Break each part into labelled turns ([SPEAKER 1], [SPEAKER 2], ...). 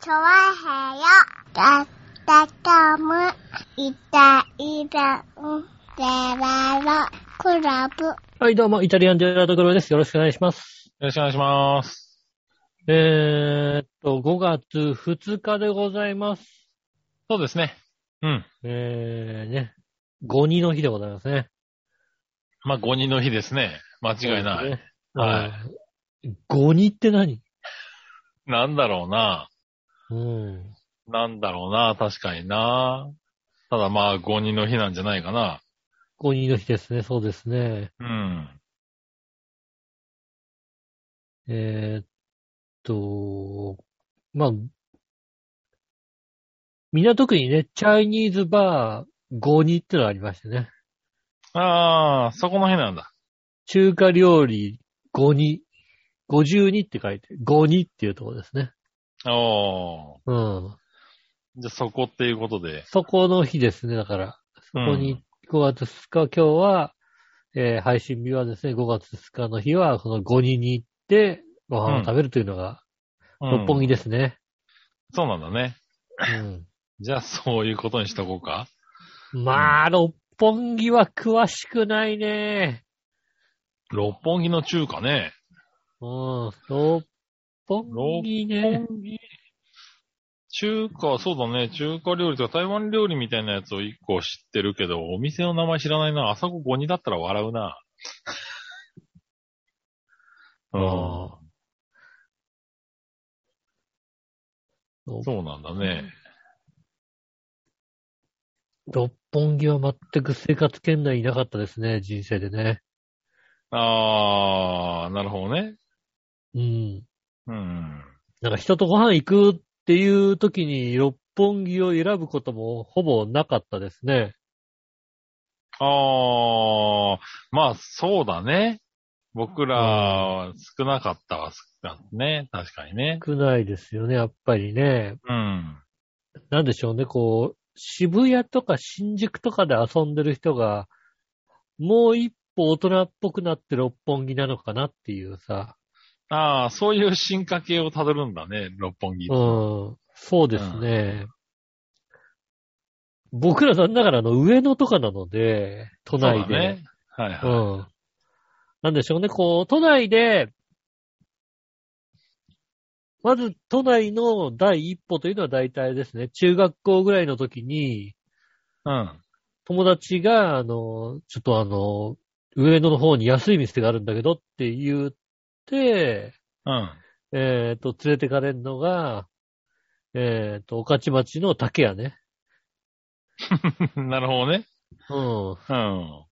[SPEAKER 1] チョワヘヨだったかむいたいたんでららクラブ
[SPEAKER 2] はい、どうも、イタリアンジェラートクロです。よろしくお願いします。
[SPEAKER 3] よろしくお願いします。
[SPEAKER 2] えーっと、5月2日でございます。
[SPEAKER 3] そうですね。うん。
[SPEAKER 2] えー、ね。5人の日でございますね。
[SPEAKER 3] まあ、5人の日ですね。間違いない。
[SPEAKER 2] ね。。
[SPEAKER 3] はい
[SPEAKER 2] 5人って何
[SPEAKER 3] なんだろうな。
[SPEAKER 2] うん。
[SPEAKER 3] なんだろうな。確かにな。ただまあ、5人の日なんじゃないかな。
[SPEAKER 2] 5人の日ですね、そうですね。
[SPEAKER 3] うん。
[SPEAKER 2] えーっと、まあ、港区にね、チャイニーズバー5人ってのがありましてね。
[SPEAKER 3] ああ、そこの日なんだ。
[SPEAKER 2] 中華料理5に、52って書いて、52っていうところですね。
[SPEAKER 3] お
[SPEAKER 2] うん。
[SPEAKER 3] ー。じゃあ、そこっていうことで。
[SPEAKER 2] そこの日ですね、だから。そこ
[SPEAKER 3] う
[SPEAKER 2] に
[SPEAKER 3] ん、
[SPEAKER 2] 5月2日、今日は、えー配信日はですね、5月2日の日は、その5人に行って、ご飯を食べるというのが、
[SPEAKER 3] うん
[SPEAKER 2] 六本木ですね。
[SPEAKER 3] そうなんだね。
[SPEAKER 2] うん。
[SPEAKER 3] じゃあ、そういうことにしとこうか。
[SPEAKER 2] まあ、六本木は詳しくないね。
[SPEAKER 3] 六本木の中華ね。
[SPEAKER 2] うん。六本木ね。
[SPEAKER 3] 中華、そうだね。中華料理とか台湾料理みたいなやつを1個知ってるけど、お店の名前知らないな。あそこ5人だったら笑うな。
[SPEAKER 2] う
[SPEAKER 3] う
[SPEAKER 2] ん
[SPEAKER 3] ん。そうなんだね。
[SPEAKER 2] 六本木は全く生活圏内いなかったですね、人生でね。
[SPEAKER 3] あー、なるほどね。
[SPEAKER 2] うん。
[SPEAKER 3] うん。
[SPEAKER 2] なんか人とご飯行くっていう時に六本木を選ぶこともほぼなかったですね。
[SPEAKER 3] あー、まあそうだね。僕ら、少なかったわ、少なかったね。確かにね。
[SPEAKER 2] 少ないですよね、やっぱりね。
[SPEAKER 3] うん。
[SPEAKER 2] なんでしょうね、こう、渋谷とか新宿とかで遊んでる人が、もう一歩大人っぽくなって六本木なのかなっていうさ。
[SPEAKER 3] あー、そういう進化系をたどるんだね、六本木って。
[SPEAKER 2] うん。そうですね。僕ら残念ながらあの上野とかなので、都
[SPEAKER 3] そう
[SPEAKER 2] 内
[SPEAKER 3] だ
[SPEAKER 2] で。
[SPEAKER 3] ね。はいはい。
[SPEAKER 2] うん。なんでしょうね、こう、都内で、まず都内の第一歩というのは大体ですね、中学校ぐらいの時に、
[SPEAKER 3] うん。
[SPEAKER 2] 友達が、あの、ちょっとあの、上野の方に安い店があるんだけどって言って、
[SPEAKER 3] うん。
[SPEAKER 2] えっ、と、連れてかれるのが、えっ、と、御徒町の竹屋ね。
[SPEAKER 3] なるほどね。
[SPEAKER 2] うん。
[SPEAKER 3] うん。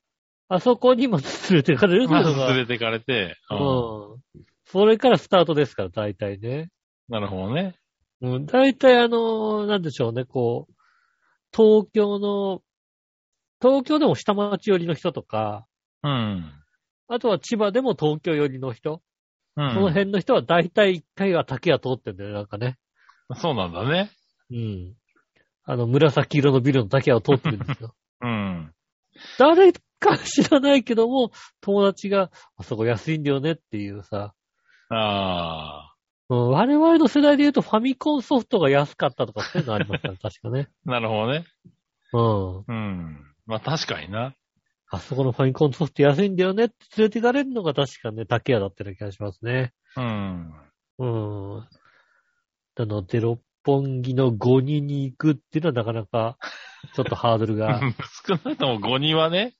[SPEAKER 2] あそこにも連れてかれるの
[SPEAKER 3] ま
[SPEAKER 2] が、
[SPEAKER 3] ず連れてかれて、
[SPEAKER 2] う。
[SPEAKER 3] うん
[SPEAKER 2] それからスタートですから、大体ね。
[SPEAKER 3] ん。なるほどね。
[SPEAKER 2] うん、大体あの、なんでしょうね、こう、東京の、東京でも下町寄りの人とか、
[SPEAKER 3] うん。
[SPEAKER 2] あとは千葉でも東京寄りの人、そ
[SPEAKER 3] う
[SPEAKER 2] の
[SPEAKER 3] ん。
[SPEAKER 2] 辺の人は大体一回は竹屋通ってんだよね、なんかね。
[SPEAKER 3] そうなんだね。
[SPEAKER 2] うん。あの、紫色のビルの竹屋を通ってるんです よ。
[SPEAKER 3] うん。
[SPEAKER 2] 誰か知らないけども、友達が、あそこ安いんだよねっていうさ、
[SPEAKER 3] あ
[SPEAKER 2] うん、我々の世代で言うとファミコンソフトが安かったとかそういうのありましたね、確かね。
[SPEAKER 3] あ。なるほどね。
[SPEAKER 2] うん。
[SPEAKER 3] うん。まあ確かにな。
[SPEAKER 2] あそこのファミコンソフト安いんだよねって連れていかれるのが確かね、竹屋だったような気がしますね。
[SPEAKER 3] うん。
[SPEAKER 2] うん。なので、六本木の5人に行くっていうのはなかなか、ちょっとハードル が
[SPEAKER 3] 少なくとも5人はね。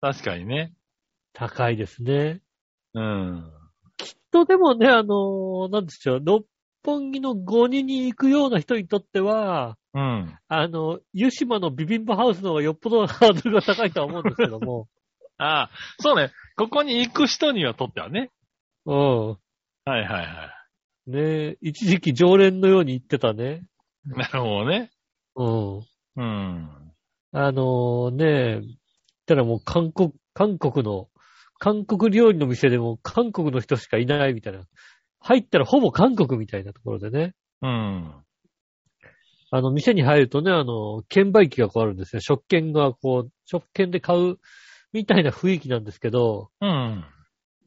[SPEAKER 3] 確かにね。
[SPEAKER 2] 高いですね。
[SPEAKER 3] うん。
[SPEAKER 2] と、でもね、あのーなんでしょう、六本木の5人に行くような人にとっては、
[SPEAKER 3] うん。
[SPEAKER 2] あの、湯島のビビンバハウスの方がよっぽどハードルが高いとは思うんですけども、
[SPEAKER 3] ああ、そうね。ここに行く人にはとってはね。
[SPEAKER 2] うん。
[SPEAKER 3] はいはいはい。
[SPEAKER 2] ね一時期常連のように行ってたね。
[SPEAKER 3] なるほどね。
[SPEAKER 2] うん。
[SPEAKER 3] うん。
[SPEAKER 2] あのね、言ったらもう韓国、韓国の、韓国料理の店でも韓国の人しかいないみたいな。入ったらほぼ韓国みたいなところでね。
[SPEAKER 3] うん。
[SPEAKER 2] あの、店に入るとね、あの、券売機がこうあるんですよ。食券がこう、食券で買うみたいな雰囲気なんですけど、
[SPEAKER 3] うん。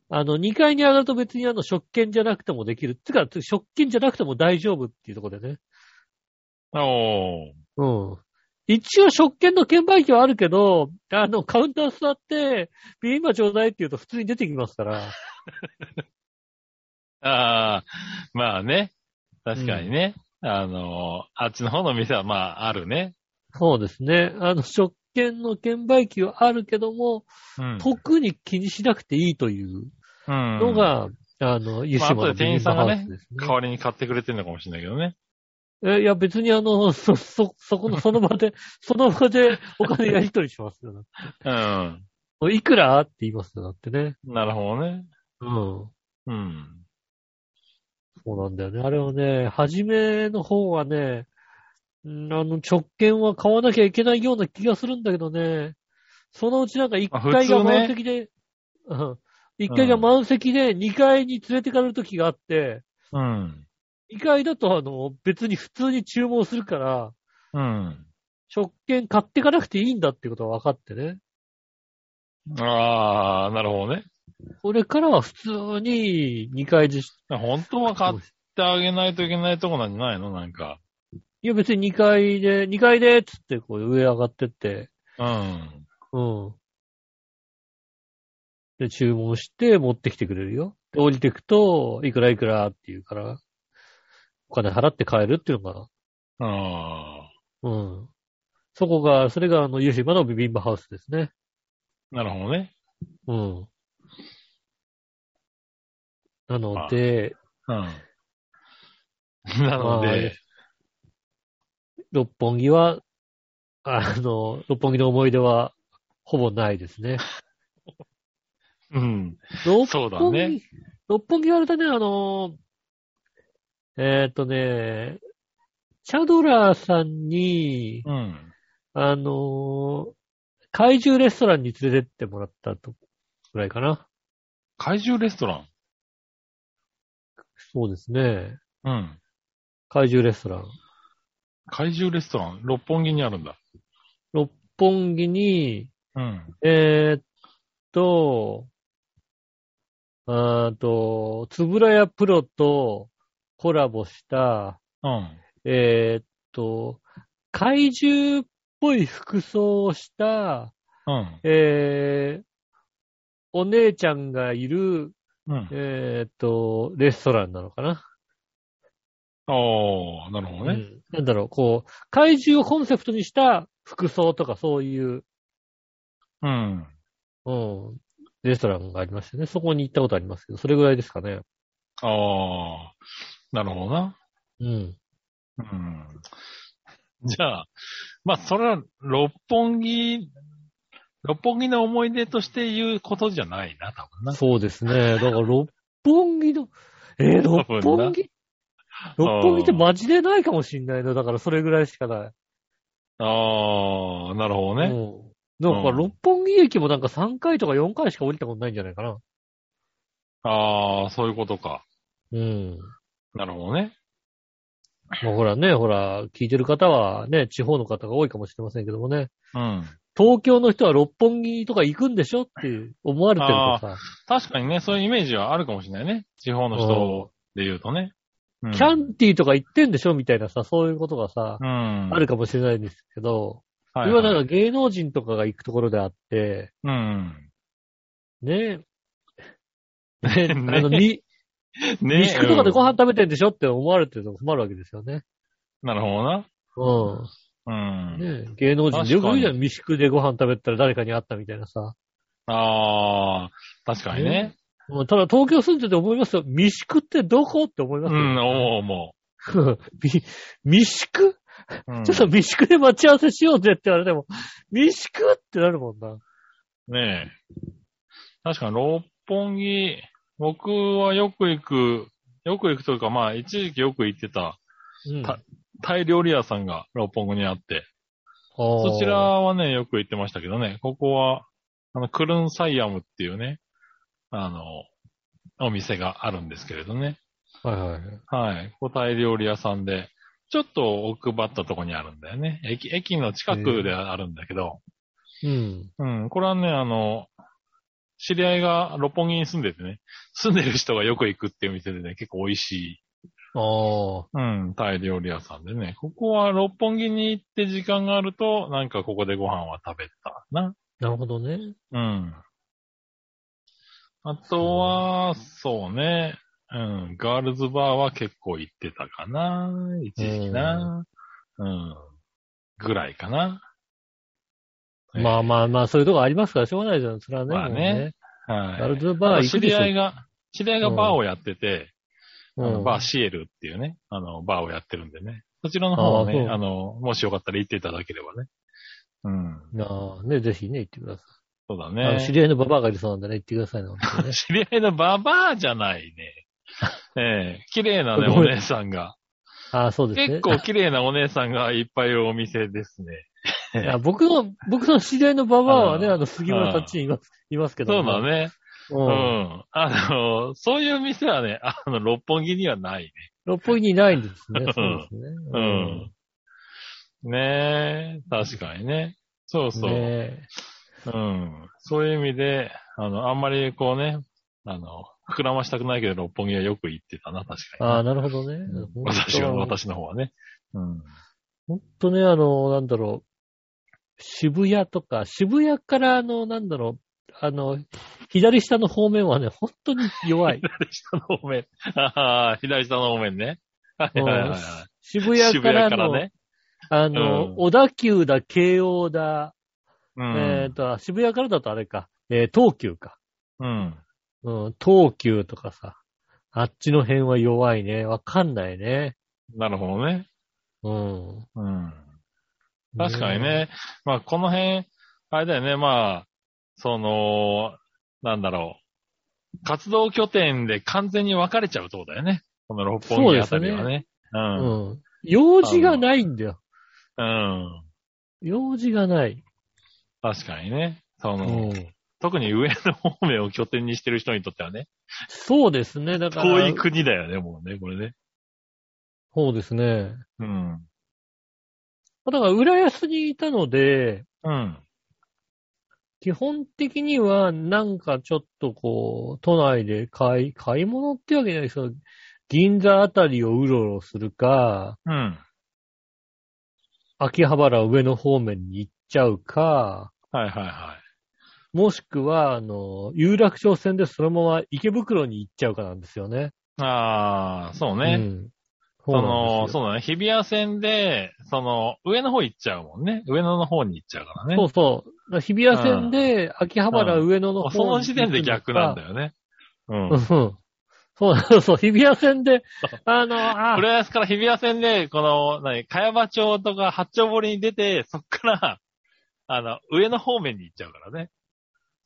[SPEAKER 2] あの、2階に上がると別にあの、食券じゃなくてもできる。つか、食券じゃなくても大丈夫っていうところでね。
[SPEAKER 3] おー。
[SPEAKER 2] うん。一応食券の券売機はあるけど、あの、カウンター座って、ビビンバちょうだいって言うと普通に出てきますから。
[SPEAKER 3] ああ、まあね。確かにね。あの、あっちの方の店はまああるね。
[SPEAKER 2] そうですね。あの、食券の券売機はあるけども、
[SPEAKER 3] うん。
[SPEAKER 2] 特に気にしなくていいという
[SPEAKER 3] うん
[SPEAKER 2] のが、あの、湯島のビビンバハウスですね。
[SPEAKER 3] 代わりに買ってくれてるのかもしれないけどね。
[SPEAKER 2] え、いや、別にあの、そ、 そ、そこの、その場で、その場でお金やり取りしますよ。
[SPEAKER 3] うん。
[SPEAKER 2] いくらって言いますよ、だってね。
[SPEAKER 3] なるほどね。
[SPEAKER 2] うん。
[SPEAKER 3] うん。
[SPEAKER 2] そうなんだよね。あれをね、初めの方はね、んあの、直券は買わなきゃいけないような気がするんだけどね、そのうちなんか1
[SPEAKER 3] あ
[SPEAKER 2] 階が
[SPEAKER 3] 普通ね
[SPEAKER 2] 満席で、うん。1階が満席で2階に連れてかれる時があって、
[SPEAKER 3] うん。
[SPEAKER 2] 2階だとあの、別に普通に注文するから、
[SPEAKER 3] うん。
[SPEAKER 2] 直券買ってかなくていいんだってことは分かってね。
[SPEAKER 3] ああ、なるほどね。
[SPEAKER 2] これからは普通に2階で、い
[SPEAKER 3] 本当は買ってあげないといけないとこなんじゃないのなんか。
[SPEAKER 2] や別に2階で、2階でっつってこう上上がってって、
[SPEAKER 3] うん。
[SPEAKER 2] うん。で、注文して持ってきてくれるよ。で、降りてくと、いくらいくらって言うから、お金払って帰るっていうのが、
[SPEAKER 3] ああ、
[SPEAKER 2] うん。そこが、それがあの、湯島のビビンバハウスですね。
[SPEAKER 3] なるほどね。
[SPEAKER 2] うん。なの
[SPEAKER 3] あ
[SPEAKER 2] で、
[SPEAKER 3] うん。 なの
[SPEAKER 2] まあ
[SPEAKER 3] で、
[SPEAKER 2] 六本木は、あの、六本木の思い出は、ほぼないですね。
[SPEAKER 3] うん。
[SPEAKER 2] 六本木
[SPEAKER 3] そうだね。
[SPEAKER 2] 六本木はあれだね、あの、えーっ、とね、チャドラーさんに、
[SPEAKER 3] うん。
[SPEAKER 2] あの、怪獣レストランに連れてってもらったと、ぐらいかな。
[SPEAKER 3] 怪獣レストラン。
[SPEAKER 2] そうですね。
[SPEAKER 3] うん。
[SPEAKER 2] 怪獣レストラン。
[SPEAKER 3] 怪獣レストラン。六本木にあるんだ。
[SPEAKER 2] 六本木に、
[SPEAKER 3] うん。
[SPEAKER 2] えーっと、あーと、つぶらやプロとコラボした、
[SPEAKER 3] うん。
[SPEAKER 2] えーっと、怪獣っぽい服装をした、
[SPEAKER 3] うん。
[SPEAKER 2] えー、お姉ちゃんがいる、
[SPEAKER 3] うん。
[SPEAKER 2] えーっと、レストランなのかな、
[SPEAKER 3] ああ、なるほど
[SPEAKER 2] う
[SPEAKER 3] ね。
[SPEAKER 2] んなんだろう、こう、怪獣をコンセプトにした服装とかそういう、
[SPEAKER 3] うん。
[SPEAKER 2] うん、レストランがありましてね、そこに行ったことありますけど、それぐらいですかね。
[SPEAKER 3] ああ、なるほどな。
[SPEAKER 2] うん。
[SPEAKER 3] うん。じゃあ、まあ、それは、六本木、六本木の思い出として言うことじゃないな、多分な。
[SPEAKER 2] そうですね。だから、六本木の、えー
[SPEAKER 3] 多
[SPEAKER 2] 六
[SPEAKER 3] 分な
[SPEAKER 2] 本木六本木ってマジでないかもしんないな。だから、それぐらいしかない。
[SPEAKER 3] ああ、なるほどね。
[SPEAKER 2] うん。なんか、
[SPEAKER 3] うん
[SPEAKER 2] 六本木駅もなんか3回とか4回しか降りたことないんじゃないかな。
[SPEAKER 3] ああ、そういうことか。
[SPEAKER 2] うん。
[SPEAKER 3] なるほどね。
[SPEAKER 2] まあ、ほらね、ほら、聞いてる方はね、地方の方が多いかもしれませんけどもね。
[SPEAKER 3] うん。
[SPEAKER 2] 東京の人は六本木とか行くんでしょっていう思われてるとさ、
[SPEAKER 3] 確かにね、そういうイメージはあるかもしれないね。地方の人で言うとね。うん
[SPEAKER 2] キャンティーとか行ってんでしょみたいなさ、そういうことがさ、
[SPEAKER 3] うん。
[SPEAKER 2] あるかもしれないんですけど、
[SPEAKER 3] はいは
[SPEAKER 2] 今
[SPEAKER 3] い
[SPEAKER 2] なんか芸能人とかが行くところであって、
[SPEAKER 3] うん。
[SPEAKER 2] ねえ。ねえ、あ
[SPEAKER 3] ねえ
[SPEAKER 2] の、に、
[SPEAKER 3] ね
[SPEAKER 2] 西区とかでご
[SPEAKER 3] うん
[SPEAKER 2] 飯食べてんでしょって思われてるの困るわけですよね。
[SPEAKER 3] なるほどな。
[SPEAKER 2] う
[SPEAKER 3] うん
[SPEAKER 2] ん。。ねえ、芸能人でよく言うじゃん。西区でご飯食べたら誰かに会ったみたいなさ。
[SPEAKER 3] ああ、確かにね。
[SPEAKER 2] もうただ東京住んでて思いますよ。三宿ってどこって思います
[SPEAKER 3] う
[SPEAKER 2] よ。
[SPEAKER 3] ん、思う思
[SPEAKER 2] み三宿
[SPEAKER 3] う。うん
[SPEAKER 2] ちょっと三宿で待ち合わせしようぜって言われても、三宿ってなるもんな。
[SPEAKER 3] ねえ。確かに六本木、僕はよく行く、よく行くというか、まあ一時期よく行ってた
[SPEAKER 2] うん
[SPEAKER 3] たタイ料理屋さんが六本木にあって、そちら、はね、よく行ってましたけどね、ここは、あの、クルンサイアムっていうね、あの、お店があるんですけれどね。
[SPEAKER 2] はいはい。
[SPEAKER 3] はい。ここタイ料理屋さんで、ちょっと奥ばったとこにあるんだよね。駅、駅の近くであるんだけど、
[SPEAKER 2] うん。
[SPEAKER 3] うん、これはね、あの、知り合いが六本木に住んでてね、住んでる人がよく行くっていう店でね、結構美味しい、
[SPEAKER 2] ああ。
[SPEAKER 3] うん、タイ料理屋さんでね、ここは六本木に行って時間があると、なんかここでご飯は食べたな。
[SPEAKER 2] なるほどね。
[SPEAKER 3] うん。あとは、そうね。うん。ガールズバーは結構行ってたかな。一時期な。うん。ぐらいかな。えー
[SPEAKER 2] まあまあまあ、そういうとこありますから、しょうがないじゃん。それはね。
[SPEAKER 3] まあね
[SPEAKER 2] もうね。ガ
[SPEAKER 3] は
[SPEAKER 2] ル
[SPEAKER 3] い。
[SPEAKER 2] ズバー行
[SPEAKER 3] 知
[SPEAKER 2] くで
[SPEAKER 3] り
[SPEAKER 2] しょ
[SPEAKER 3] 合いが、知り合いがバーをやってて、
[SPEAKER 2] う
[SPEAKER 3] あの
[SPEAKER 2] ん
[SPEAKER 3] バーシエルっていうね、あの、バーをやってるんでね。そちらの方は
[SPEAKER 2] あー
[SPEAKER 3] ね、
[SPEAKER 2] そう
[SPEAKER 3] あの、もしよかったら行っていただければね。うん。
[SPEAKER 2] なあ、ね、ぜひね、行ってくださ
[SPEAKER 3] そうだ
[SPEAKER 2] い。あの
[SPEAKER 3] ね。
[SPEAKER 2] 知り合いのババアがいるそうなんでね、行ってくださいね。本当にね
[SPEAKER 3] 知り合いのババアじゃない ね。ええ綺麗なね、
[SPEAKER 2] ご
[SPEAKER 3] お
[SPEAKER 2] めん
[SPEAKER 3] 姉さんが。
[SPEAKER 2] ああ、そうですね。
[SPEAKER 3] 結構綺麗なお姉さんがいっぱいいるお店ですね。
[SPEAKER 2] いや僕の、僕の知り合いのババアはね、
[SPEAKER 3] うん
[SPEAKER 2] あの、杉村たちにいます、いますけど
[SPEAKER 3] そう
[SPEAKER 2] も
[SPEAKER 3] だ。ね。う
[SPEAKER 2] うん。
[SPEAKER 3] ん。あの、そういう店はね、 あの、六本木にはないね。
[SPEAKER 2] 六本木にいないんですね。そうですね。
[SPEAKER 3] う。ん。ねえ、確かにね。そうそう。
[SPEAKER 2] ね
[SPEAKER 3] うん。そういう意味で、あの、あんまりこうね、あの、膨らましたくないけど、六本木はよく行ってたな、確
[SPEAKER 2] えあ
[SPEAKER 3] か
[SPEAKER 2] あ、なるほどね
[SPEAKER 3] に。。私は、私の方はね。うん。
[SPEAKER 2] ほんとね、あの、なんだろう、渋谷とか、渋谷から、あの、なんだろう、あの、左下の方面はね、本当に弱 い。
[SPEAKER 3] 左下の方面。ああ、左下の方面ね。はいはいはいはい。
[SPEAKER 2] 渋谷からの、
[SPEAKER 3] ね。
[SPEAKER 2] あの、
[SPEAKER 3] うん
[SPEAKER 2] 小田急だ、京王だ、
[SPEAKER 3] うん。
[SPEAKER 2] えっ、と、渋谷からだとあれか、えー東急か。
[SPEAKER 3] うん。
[SPEAKER 2] うん、東急とかさ、あっちの辺は弱いね。わかんないね。
[SPEAKER 3] なるほどね。
[SPEAKER 2] うん。
[SPEAKER 3] うん。確かに。ね。まあ、この辺、あれだよね。まあ、その、なんだろう。活動拠点で完全に分かれちゃうとこだよね。この六本木あたりはね。う。
[SPEAKER 2] うんん。用事がないんだよ。
[SPEAKER 3] うん。
[SPEAKER 2] 用事がない。
[SPEAKER 3] 確かにね。そうの、
[SPEAKER 2] ん。
[SPEAKER 3] 特に上の方面を拠点にしてる人にとってはね、
[SPEAKER 2] そうですね。だから。
[SPEAKER 3] 遠い国だよね、もうね、これね。
[SPEAKER 2] そうですね。
[SPEAKER 3] うん。
[SPEAKER 2] だから、浦安にいたので、
[SPEAKER 3] うん。
[SPEAKER 2] 基本的には、なんかちょっとこう、都内で買い、買い物ってわけじゃないですけど、銀座あたりをうろうろするか、
[SPEAKER 3] うん。
[SPEAKER 2] 秋葉原上の方面に行っちゃうか、
[SPEAKER 3] はいはいはい。
[SPEAKER 2] もしくは、あの、有楽町線でそのまま池袋に行っちゃうかなんですよね。
[SPEAKER 3] ああ、そうね。
[SPEAKER 2] うん。そ
[SPEAKER 3] その、
[SPEAKER 2] そ
[SPEAKER 3] そうだね。日比谷線で、その、上の方行っちゃうもんね。上野の方に行っちゃうからね。
[SPEAKER 2] うそう。だから日比谷線で、秋葉原上野の方
[SPEAKER 3] その時点で逆なんだ
[SPEAKER 2] よ。
[SPEAKER 3] よね。うん
[SPEAKER 2] うん。。そうそうそう、日比谷線で、あの、あ、
[SPEAKER 3] 浦安から日比谷線で、この、何、茅場町とか八丁堀に出て、そっから、あの、上の方面に行っちゃうからね。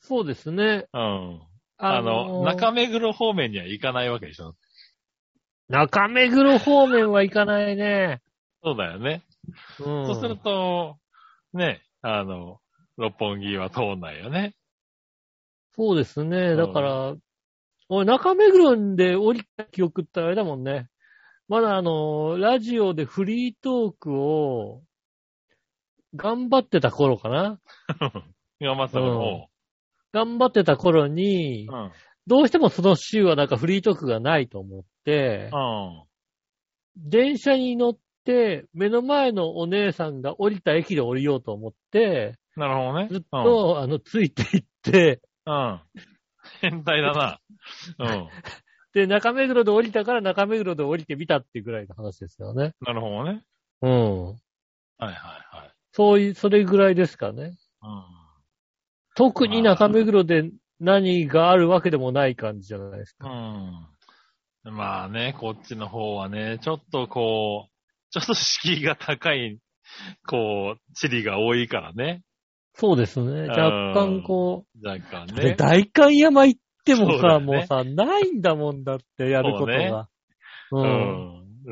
[SPEAKER 2] そうですね。
[SPEAKER 3] うん。
[SPEAKER 2] あ
[SPEAKER 3] あ
[SPEAKER 2] の
[SPEAKER 3] の、中目黒方面には行かないわけでしょ。
[SPEAKER 2] 中目黒方面は行かないね。
[SPEAKER 3] そうだよね。
[SPEAKER 2] うん。
[SPEAKER 3] そうすると、ね、あの、六本木は通んないよね。
[SPEAKER 2] そうですね。だから、俺、中目黒で降りた記憶ってあれだもんね。まだあの、ラジオでフリートークを、頑張ってた頃かな
[SPEAKER 3] 今まさかの。
[SPEAKER 2] 頑張ってた頃に
[SPEAKER 3] う、ん。うん。
[SPEAKER 2] どうしてもその週はなんかフリートークがないと思って、電車に乗って、目の前のお姉さんが降りた駅で降りようと思って、
[SPEAKER 3] なるほどね。
[SPEAKER 2] ずっと、あの、ついていって、
[SPEAKER 3] うん。変態だな。うん。
[SPEAKER 2] で、中目黒で降りたから中目黒で降りてみたっていうぐらいの話ですよね。
[SPEAKER 3] なるほどね。
[SPEAKER 2] うん。
[SPEAKER 3] はいはいはい。
[SPEAKER 2] そういう、それぐらいですかね。
[SPEAKER 3] うん。
[SPEAKER 2] 特に中目黒で何があるわけでもない感じじゃないですか。
[SPEAKER 3] うん。まあね、こっちの方はね、ちょっとこう、ちょっと敷居が高い、こう、地理が多いからね。
[SPEAKER 2] そうですね。若干こ
[SPEAKER 3] 若干
[SPEAKER 2] う、で
[SPEAKER 3] ね。
[SPEAKER 2] 代官山行っても
[SPEAKER 3] そうだ
[SPEAKER 2] さ、
[SPEAKER 3] よね
[SPEAKER 2] もうさ、ないんだもんだって、やることが。 う。
[SPEAKER 3] うん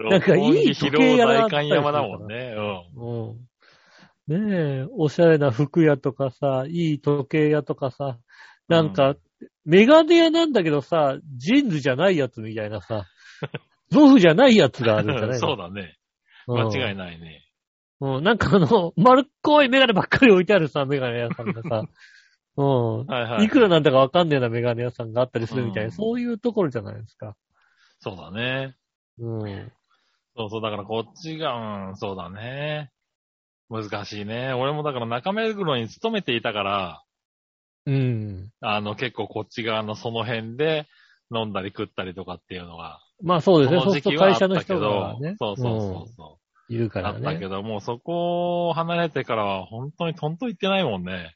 [SPEAKER 3] ん。
[SPEAKER 2] なんかいい時
[SPEAKER 3] 疲
[SPEAKER 2] 計
[SPEAKER 3] 労
[SPEAKER 2] やらあ
[SPEAKER 3] 大
[SPEAKER 2] ったり
[SPEAKER 3] 観
[SPEAKER 2] するから
[SPEAKER 3] 山だもんね。うん。
[SPEAKER 2] うん。ねえ、おしゃれな服屋とかさ、いい時計屋とかさ、なんか、
[SPEAKER 3] う
[SPEAKER 2] メガネ屋なんだけどさ、ジーンズじゃないやつみたいな さ、ゾフじゃないやつがあるんじゃない
[SPEAKER 3] そう
[SPEAKER 2] う
[SPEAKER 3] だね。間
[SPEAKER 2] ん
[SPEAKER 3] 違いないね。
[SPEAKER 2] うん、なんかあの、丸っこいメガネばっかり置いてあるさ、メガネ屋さんがさ、うん。
[SPEAKER 3] はいはい。
[SPEAKER 2] いくらなんだかわかんねえなメガネ屋さんがあったりするみたいな、
[SPEAKER 3] うん
[SPEAKER 2] そういうところじゃないですか。
[SPEAKER 3] そうだね。
[SPEAKER 2] うん。
[SPEAKER 3] そうそう、だからこっちが、うん、そうだね。難しいね。俺もだから中目黒に勤めていたから、
[SPEAKER 2] うん。
[SPEAKER 3] あの結構こっち側のその辺で飲んだり食ったりとかっていうのが、
[SPEAKER 2] まあそうですね。
[SPEAKER 3] そ
[SPEAKER 2] そう
[SPEAKER 3] の
[SPEAKER 2] する
[SPEAKER 3] 時期
[SPEAKER 2] と
[SPEAKER 3] はあ
[SPEAKER 2] 会
[SPEAKER 3] った
[SPEAKER 2] 社
[SPEAKER 3] け
[SPEAKER 2] の人
[SPEAKER 3] ど
[SPEAKER 2] が、ね、
[SPEAKER 3] そうそうそうそう。
[SPEAKER 2] うんいるか
[SPEAKER 3] あ
[SPEAKER 2] ら
[SPEAKER 3] ったけ
[SPEAKER 2] ね。
[SPEAKER 3] ど、もうそこを離れてからは本当にトントン行ってないもんね。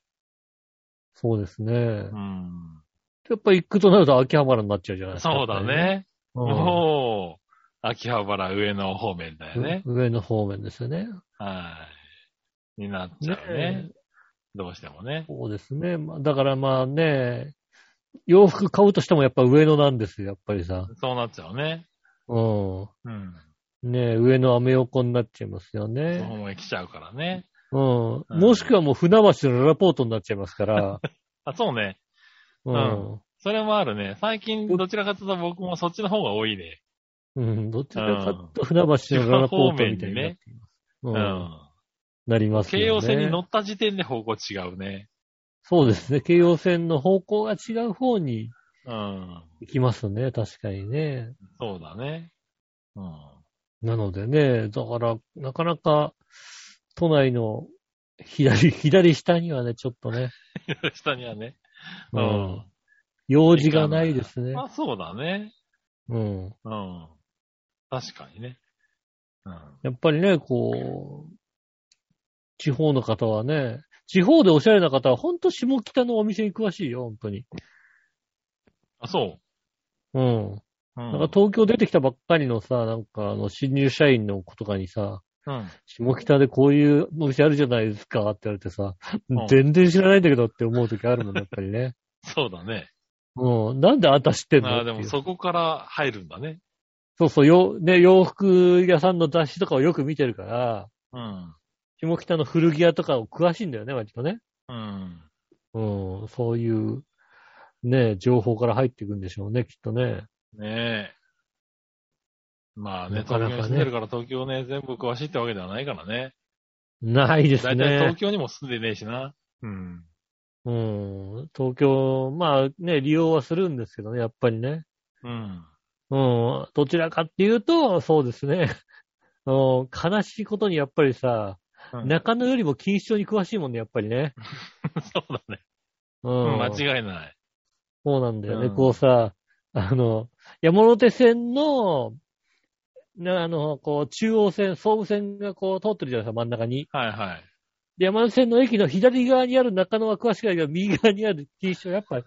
[SPEAKER 2] そうですね。
[SPEAKER 3] うん。
[SPEAKER 2] やっぱ行くとなると秋葉原になっちゃうじゃないですか。
[SPEAKER 3] そうだね。
[SPEAKER 2] うん。
[SPEAKER 3] もう、秋葉原上野方面だよね。
[SPEAKER 2] 上の方面ですよね。
[SPEAKER 3] はい。になっちゃう
[SPEAKER 2] ね
[SPEAKER 3] ね。どうしてもね。
[SPEAKER 2] そうですね。まあ、だからまあね、洋服買うとしてもやっぱ上野なんですよ、やっぱりさ。
[SPEAKER 3] そうなっちゃうね。
[SPEAKER 2] うん。
[SPEAKER 3] うん。
[SPEAKER 2] ね上野アメ横になっちゃいますよ
[SPEAKER 3] そ
[SPEAKER 2] ね。
[SPEAKER 3] こも来ちゃうからね。
[SPEAKER 2] うん。
[SPEAKER 3] うん
[SPEAKER 2] もしくはもう船橋のララポートになっちゃいますから。
[SPEAKER 3] あ、そうね。
[SPEAKER 2] うん。
[SPEAKER 3] それもあるね。最近どちらかというと僕もそっちの方が多いね。
[SPEAKER 2] うん。どちらかと船橋のララポートみたいになっています。う。
[SPEAKER 3] うんん。
[SPEAKER 2] なりますよね。
[SPEAKER 3] 京王線に乗った時点で方向違うね。
[SPEAKER 2] そうですね。京葉線の方向が違う方に
[SPEAKER 3] うん。
[SPEAKER 2] 行きますね。確かにね。
[SPEAKER 3] そうだね。うん。
[SPEAKER 2] なのでね、だから、なかなか、都内の左、左下にはね、ちょっとね、
[SPEAKER 3] 下にはね。
[SPEAKER 2] う
[SPEAKER 3] うんん。
[SPEAKER 2] 用事がないですね。
[SPEAKER 3] まあそうだね。
[SPEAKER 2] うん。
[SPEAKER 3] うん。確かにね。うん。
[SPEAKER 2] やっぱりね、こう、地方の方はね、地方でおしゃれな方は、ほんと下北のお店に詳しいよ、本当に。
[SPEAKER 3] あ、そ
[SPEAKER 2] うん。
[SPEAKER 3] う。うん。
[SPEAKER 2] なんか東京出てきたばっかりのさ、なんかあの、新入社員の子とかにさ、
[SPEAKER 3] うん。
[SPEAKER 2] 下北でこういうお店あるじゃないですかって言われてさ
[SPEAKER 3] う、ん
[SPEAKER 2] 全然知らないんだけどって思う時あるもん、やっぱりね。
[SPEAKER 3] そうだね。
[SPEAKER 2] うん。なんであんた知ってんの
[SPEAKER 3] ああ、でも
[SPEAKER 2] っていう
[SPEAKER 3] そこから入るんだね。
[SPEAKER 2] そうそう、よ、ね、洋服屋さんの雑誌とかをよく見てるから、
[SPEAKER 3] うん。
[SPEAKER 2] 下北の古着屋とかを詳しいんだよね、割とね。
[SPEAKER 3] うん。
[SPEAKER 2] うん。そういう、ね、情報から入っていくんでしょうね、きっとね。
[SPEAKER 3] ねえ。まあね、
[SPEAKER 2] なかなかね
[SPEAKER 3] 東京に住んでるから東京ね、全部詳しいってわけではないからね。
[SPEAKER 2] ないです
[SPEAKER 3] 大体東
[SPEAKER 2] ね。
[SPEAKER 3] 京にも住んでねえしな。うん。
[SPEAKER 2] うん。東京、まあね、利用はするんですけどね、やっぱりね。
[SPEAKER 3] うん。
[SPEAKER 2] うん。どちらかっていうと、そうですね。 うん、悲しいことにやっぱりさ、
[SPEAKER 3] うん
[SPEAKER 2] 中野よりも錦糸町に詳しいもんね、やっぱりね。
[SPEAKER 3] そうだね。
[SPEAKER 2] う
[SPEAKER 3] うん
[SPEAKER 2] ん。
[SPEAKER 3] 間違いない。
[SPEAKER 2] そうなんだよね。
[SPEAKER 3] うん
[SPEAKER 2] こうさ、あの、山手線の、なあの、こう、中央線、総武線がこう通ってるじゃないですか、真ん中に。
[SPEAKER 3] はいはい。
[SPEAKER 2] で、山手線の駅の左側にある中野は詳しくないけど、右側にある T シャやっぱ り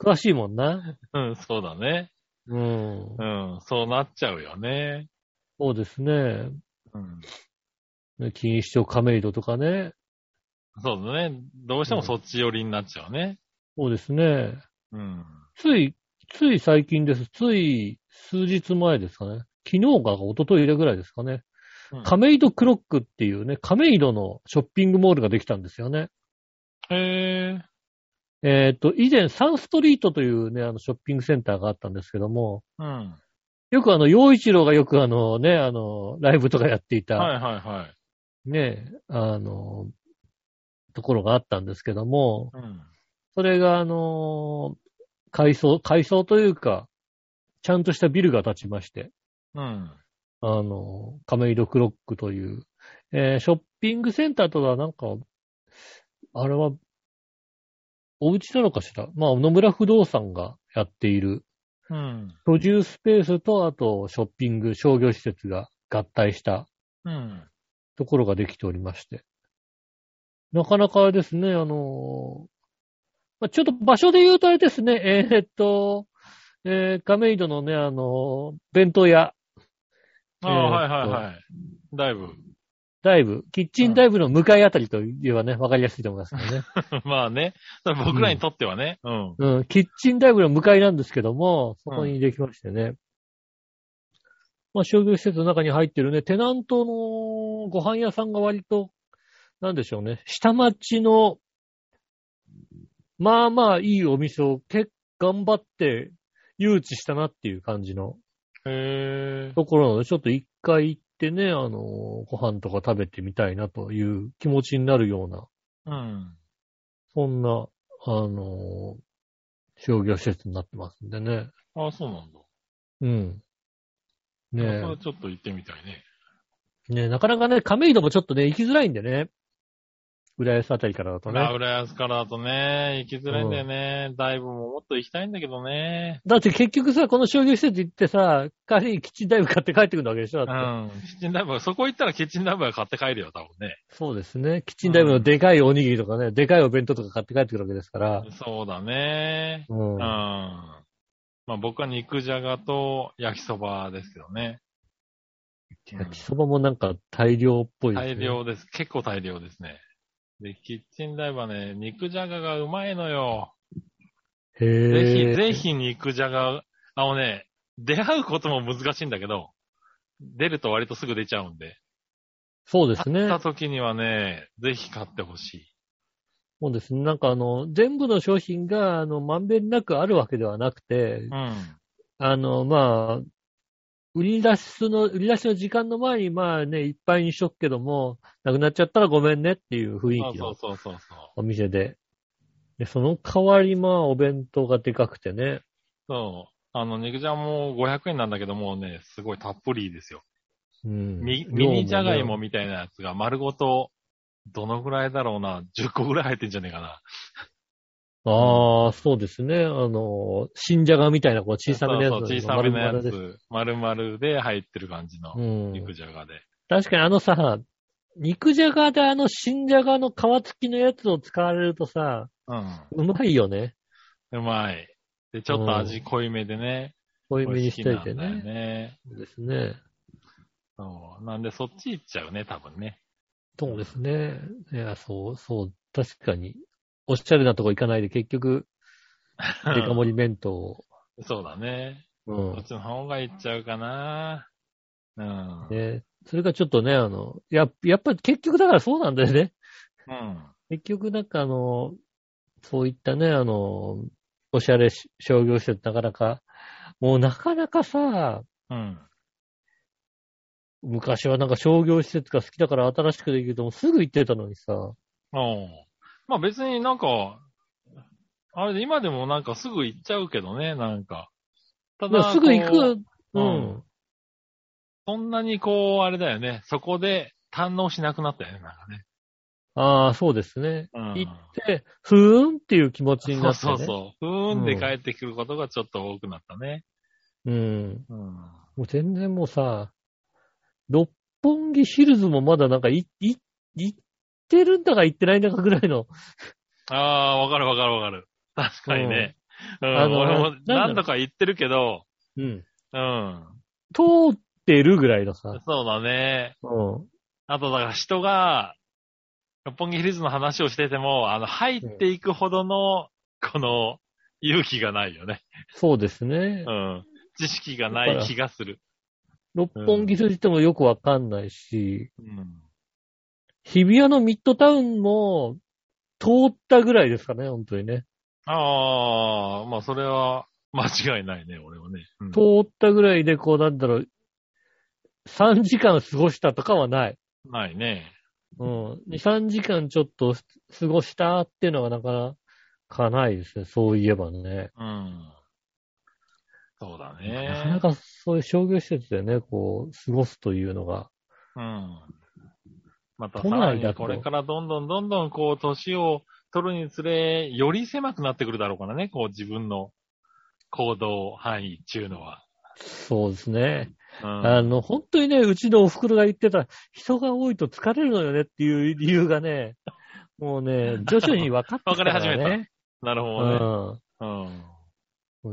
[SPEAKER 2] 詳しいもんな。
[SPEAKER 3] うん、そうだね。
[SPEAKER 2] うん
[SPEAKER 3] う。ん、そうなっちゃうよね。
[SPEAKER 2] そうですね。
[SPEAKER 3] うん。
[SPEAKER 2] ね錦糸町亀戸とかね。
[SPEAKER 3] そうだね。どうしてもそっち寄りになっちゃうね。
[SPEAKER 2] そうですね。
[SPEAKER 3] うん。
[SPEAKER 2] つい、つい最近です。つい数日前ですかね。昨日か一昨日ぐらいですかね。
[SPEAKER 3] うん
[SPEAKER 2] 亀戸クロックっていうね、亀戸のショッピングモールができたんですよね。
[SPEAKER 3] へえ。
[SPEAKER 2] えっ、と、以前サンストリートというね、あのショッピングセンターがあったんですけども、
[SPEAKER 3] うん。
[SPEAKER 2] よくあの、洋一郎がよくあのね、あの、ライブとかやっていた、
[SPEAKER 3] はいはいはい。
[SPEAKER 2] ね、あの、ところがあったんですけども、
[SPEAKER 3] うん。
[SPEAKER 2] それがあの、改装、改装というか、ちゃんとしたビルが建ちまして、
[SPEAKER 3] うん。
[SPEAKER 2] あの、亀戸クロックという、えーショッピングセンターとはなんか、あれは、お家なのかしらまあ、野村不動産がやっている、
[SPEAKER 3] うん。
[SPEAKER 2] 居住スペースと、あと、ショッピング、商業施設が合体した
[SPEAKER 3] うん。
[SPEAKER 2] ところができておりまして。なかなかですね、あのーまあ、ちょっと場所で言うとあれですね、えーっと、えー、亀戸のね、あのー弁当屋、
[SPEAKER 3] あ
[SPEAKER 2] えーっと
[SPEAKER 3] あ、はいはいはい。だいぶ。
[SPEAKER 2] ダイブ、キッチンダイブの向かいあたりと言えばね、わかりやすいと思いますけどね。
[SPEAKER 3] まあね。それ僕らにとってはね。うん。
[SPEAKER 2] うん、キッチンダイブの向かいなんですけども、そこにできましてね。まあ、商業施設の中に入ってるね、テナントのご飯屋さんが割と、なんでしょうね、下町の、まあまあいいお店を結構頑張って誘致したなっていう感じの
[SPEAKER 3] へえ。
[SPEAKER 2] ところなので、ちょっと一回行ってね、あの、ご飯とか食べてみたいなという気持ちになるような
[SPEAKER 3] うん。
[SPEAKER 2] そんな、あの、商業施設になってますんでね。
[SPEAKER 3] ああ、そうなんだ。
[SPEAKER 2] うん。ね
[SPEAKER 3] これちょっと行ってみたいね。
[SPEAKER 2] え。ねえなかなかね、亀戸もちょっとね、行きづらいんでね。浦安あたりからだと
[SPEAKER 3] あ、
[SPEAKER 2] ね。
[SPEAKER 3] 浦安からだとね、行きづらいんだよね。だいぶももっと行きたいんだけどね。
[SPEAKER 2] だって結局さ、この商業施設行ってさ、帰りにキッチンダイブ買って帰ってくるわけでしょ
[SPEAKER 3] う
[SPEAKER 2] だって、
[SPEAKER 3] ん。キッチンダイバー、そこ行ったらキッチンダイバー買って帰るよ、多分ね。
[SPEAKER 2] そうですね。キッチンダイブのでかいおにぎりとかね、でかいお弁当とか買って帰ってくるわけですから。
[SPEAKER 3] そうだね。
[SPEAKER 2] うん。
[SPEAKER 3] うん。まあ僕は肉じゃがと焼きそばですけどね。うん
[SPEAKER 2] 焼きそばもなんか大量っぽいですね。
[SPEAKER 3] 大。量です。結構大量ですね。で、キッチンダイバーね、肉じゃががうまいのよ。ぜ
[SPEAKER 2] へ
[SPEAKER 3] ひ、
[SPEAKER 2] え。
[SPEAKER 3] ぜひ肉じゃが、あのね、出会うことも難しいんだけど、出ると割とすぐ出ちゃうんで。
[SPEAKER 2] そうです
[SPEAKER 3] 買
[SPEAKER 2] ね
[SPEAKER 3] った。時にはね、ぜひ買ってほしい。
[SPEAKER 2] そうですね。なんかあの、全部の商品が、あの、まんべんなくあるわけではなくて
[SPEAKER 3] う、ん。
[SPEAKER 2] あの、まあ、売り出しの、売り出しの時間の前に、まあね、いっぱいにしとくけども、なくなっちゃったらごめんねっていう雰
[SPEAKER 3] そ
[SPEAKER 2] 囲
[SPEAKER 3] う
[SPEAKER 2] 気
[SPEAKER 3] そう
[SPEAKER 2] の
[SPEAKER 3] そうそうそう。
[SPEAKER 2] お店で。で、その代わり、まあ、お弁当がでかくてね。
[SPEAKER 3] そう。あの、肉じゃんも500円なんだけどもうね、すごいたっぷりですよ。
[SPEAKER 2] うん。
[SPEAKER 3] ミ
[SPEAKER 2] 量
[SPEAKER 3] ミニじゃがい
[SPEAKER 2] ね
[SPEAKER 3] もみたいなやつが丸ごと、どのぐらいだろうな、10個ぐらい入ってんじゃねえかな。
[SPEAKER 2] ああ、そうですね。あの、新じゃがみたいな、こう、小さめのやつ
[SPEAKER 3] そうそう、小さめのやつ。丸々で入ってる感じの
[SPEAKER 2] うん
[SPEAKER 3] 肉。じゃがで。
[SPEAKER 2] 確かにあのさ、肉じゃがであの新じゃがの皮付きのやつを使われるとさ、
[SPEAKER 3] うん。
[SPEAKER 2] うまいよね。
[SPEAKER 3] うまい。で、ちょっと味濃いめでね。
[SPEAKER 2] 濃い
[SPEAKER 3] こ
[SPEAKER 2] め
[SPEAKER 3] れ
[SPEAKER 2] に
[SPEAKER 3] 好
[SPEAKER 2] し
[SPEAKER 3] き
[SPEAKER 2] と
[SPEAKER 3] ないん
[SPEAKER 2] て
[SPEAKER 3] だよ
[SPEAKER 2] ね。
[SPEAKER 3] ね。
[SPEAKER 2] そうですね。
[SPEAKER 3] そう。なんで、そっち行っちゃうね、多分ね。
[SPEAKER 2] そうですね。いや、そう、そう、確かに。おしゃれなとこ行かないで結局、デカ盛り弁当を。
[SPEAKER 3] そうだね。
[SPEAKER 2] う
[SPEAKER 3] こっ
[SPEAKER 2] ん。
[SPEAKER 3] ちの方がいっちゃうかな。うん。
[SPEAKER 2] ね、それがちょっとね、あの、や、やっぱり結局だからそうなんだよね。
[SPEAKER 3] うん。
[SPEAKER 2] 結局なんかあの、そういったね、あの、おしゃれし商業施設なかなか、もうなかなかさ、
[SPEAKER 3] うん。
[SPEAKER 2] 昔はなんか商業施設が好きだから新しくできるともすぐ行ってたのにさ、
[SPEAKER 3] うん。まあ別になんか、あれで今でもなんかすぐ行っちゃうけどね、なんか。た
[SPEAKER 2] まあすぐ行
[SPEAKER 3] こう
[SPEAKER 2] く、うん。
[SPEAKER 3] そんなにこう、あれだよね。そこで堪能しなくなったよね、なんかね。
[SPEAKER 2] ああ、そうですね。
[SPEAKER 3] うん。
[SPEAKER 2] 行って、ふーんっていう気持ちに
[SPEAKER 3] そ
[SPEAKER 2] な
[SPEAKER 3] う
[SPEAKER 2] って、ね。
[SPEAKER 3] そうそう。ふーんで帰ってくることがちょっと多くなったね。
[SPEAKER 2] うん。
[SPEAKER 3] うん。
[SPEAKER 2] もう全然もうさ、六本木ヒルズもまだなんかい、い、行ってるんだか行ってないんだかぐらいの、
[SPEAKER 3] ああー、わかるわかるわかる。確かにね。うん。
[SPEAKER 2] あの
[SPEAKER 3] 俺
[SPEAKER 2] な
[SPEAKER 3] も
[SPEAKER 2] んだろう
[SPEAKER 3] 何度か行ってるけど、
[SPEAKER 2] うん。
[SPEAKER 3] うん。
[SPEAKER 2] 通ってるぐらいのさ、
[SPEAKER 3] そうだね。
[SPEAKER 2] うん。
[SPEAKER 3] あと、だから人が、六本木ヒルズの話をしてても、あの、入っていくほどの、この、勇気がないよね。
[SPEAKER 2] そうですね
[SPEAKER 3] う。ん。知識がない気がする。
[SPEAKER 2] 六本木筋ってもよくわかんないし、
[SPEAKER 3] うん。
[SPEAKER 2] 日比谷のミッドタウンも通ったぐらいですかね、本当にね。
[SPEAKER 3] ああ、まあ、それは、間違いないね、俺はね。うん
[SPEAKER 2] 通ったぐらいで、こう、なんだろう、3時間過ごしたとかはない。
[SPEAKER 3] ないね。
[SPEAKER 2] うん。2、3時間ちょっと過ごしたっていうのがなかなかないですね、そういえばね。
[SPEAKER 3] うん。そうだね。
[SPEAKER 2] なかなかそういう商業施設でね、こう、過ごすというのが。
[SPEAKER 3] うん。またさ
[SPEAKER 2] 都
[SPEAKER 3] ら
[SPEAKER 2] 内だ
[SPEAKER 3] に
[SPEAKER 2] と
[SPEAKER 3] これからどんどんどんどんこう、年を取るにつれ、より狭くなってくるだろうからね、こう自分の行動範囲っていうのは。
[SPEAKER 2] そうですね。
[SPEAKER 3] うん。
[SPEAKER 2] あの、本当にね、うちのお袋が言ってた、人が多いと疲れるのよねっていう理由がね、もうね、徐々に分かってきた から、ね。
[SPEAKER 3] 分かりなるほどね。うん。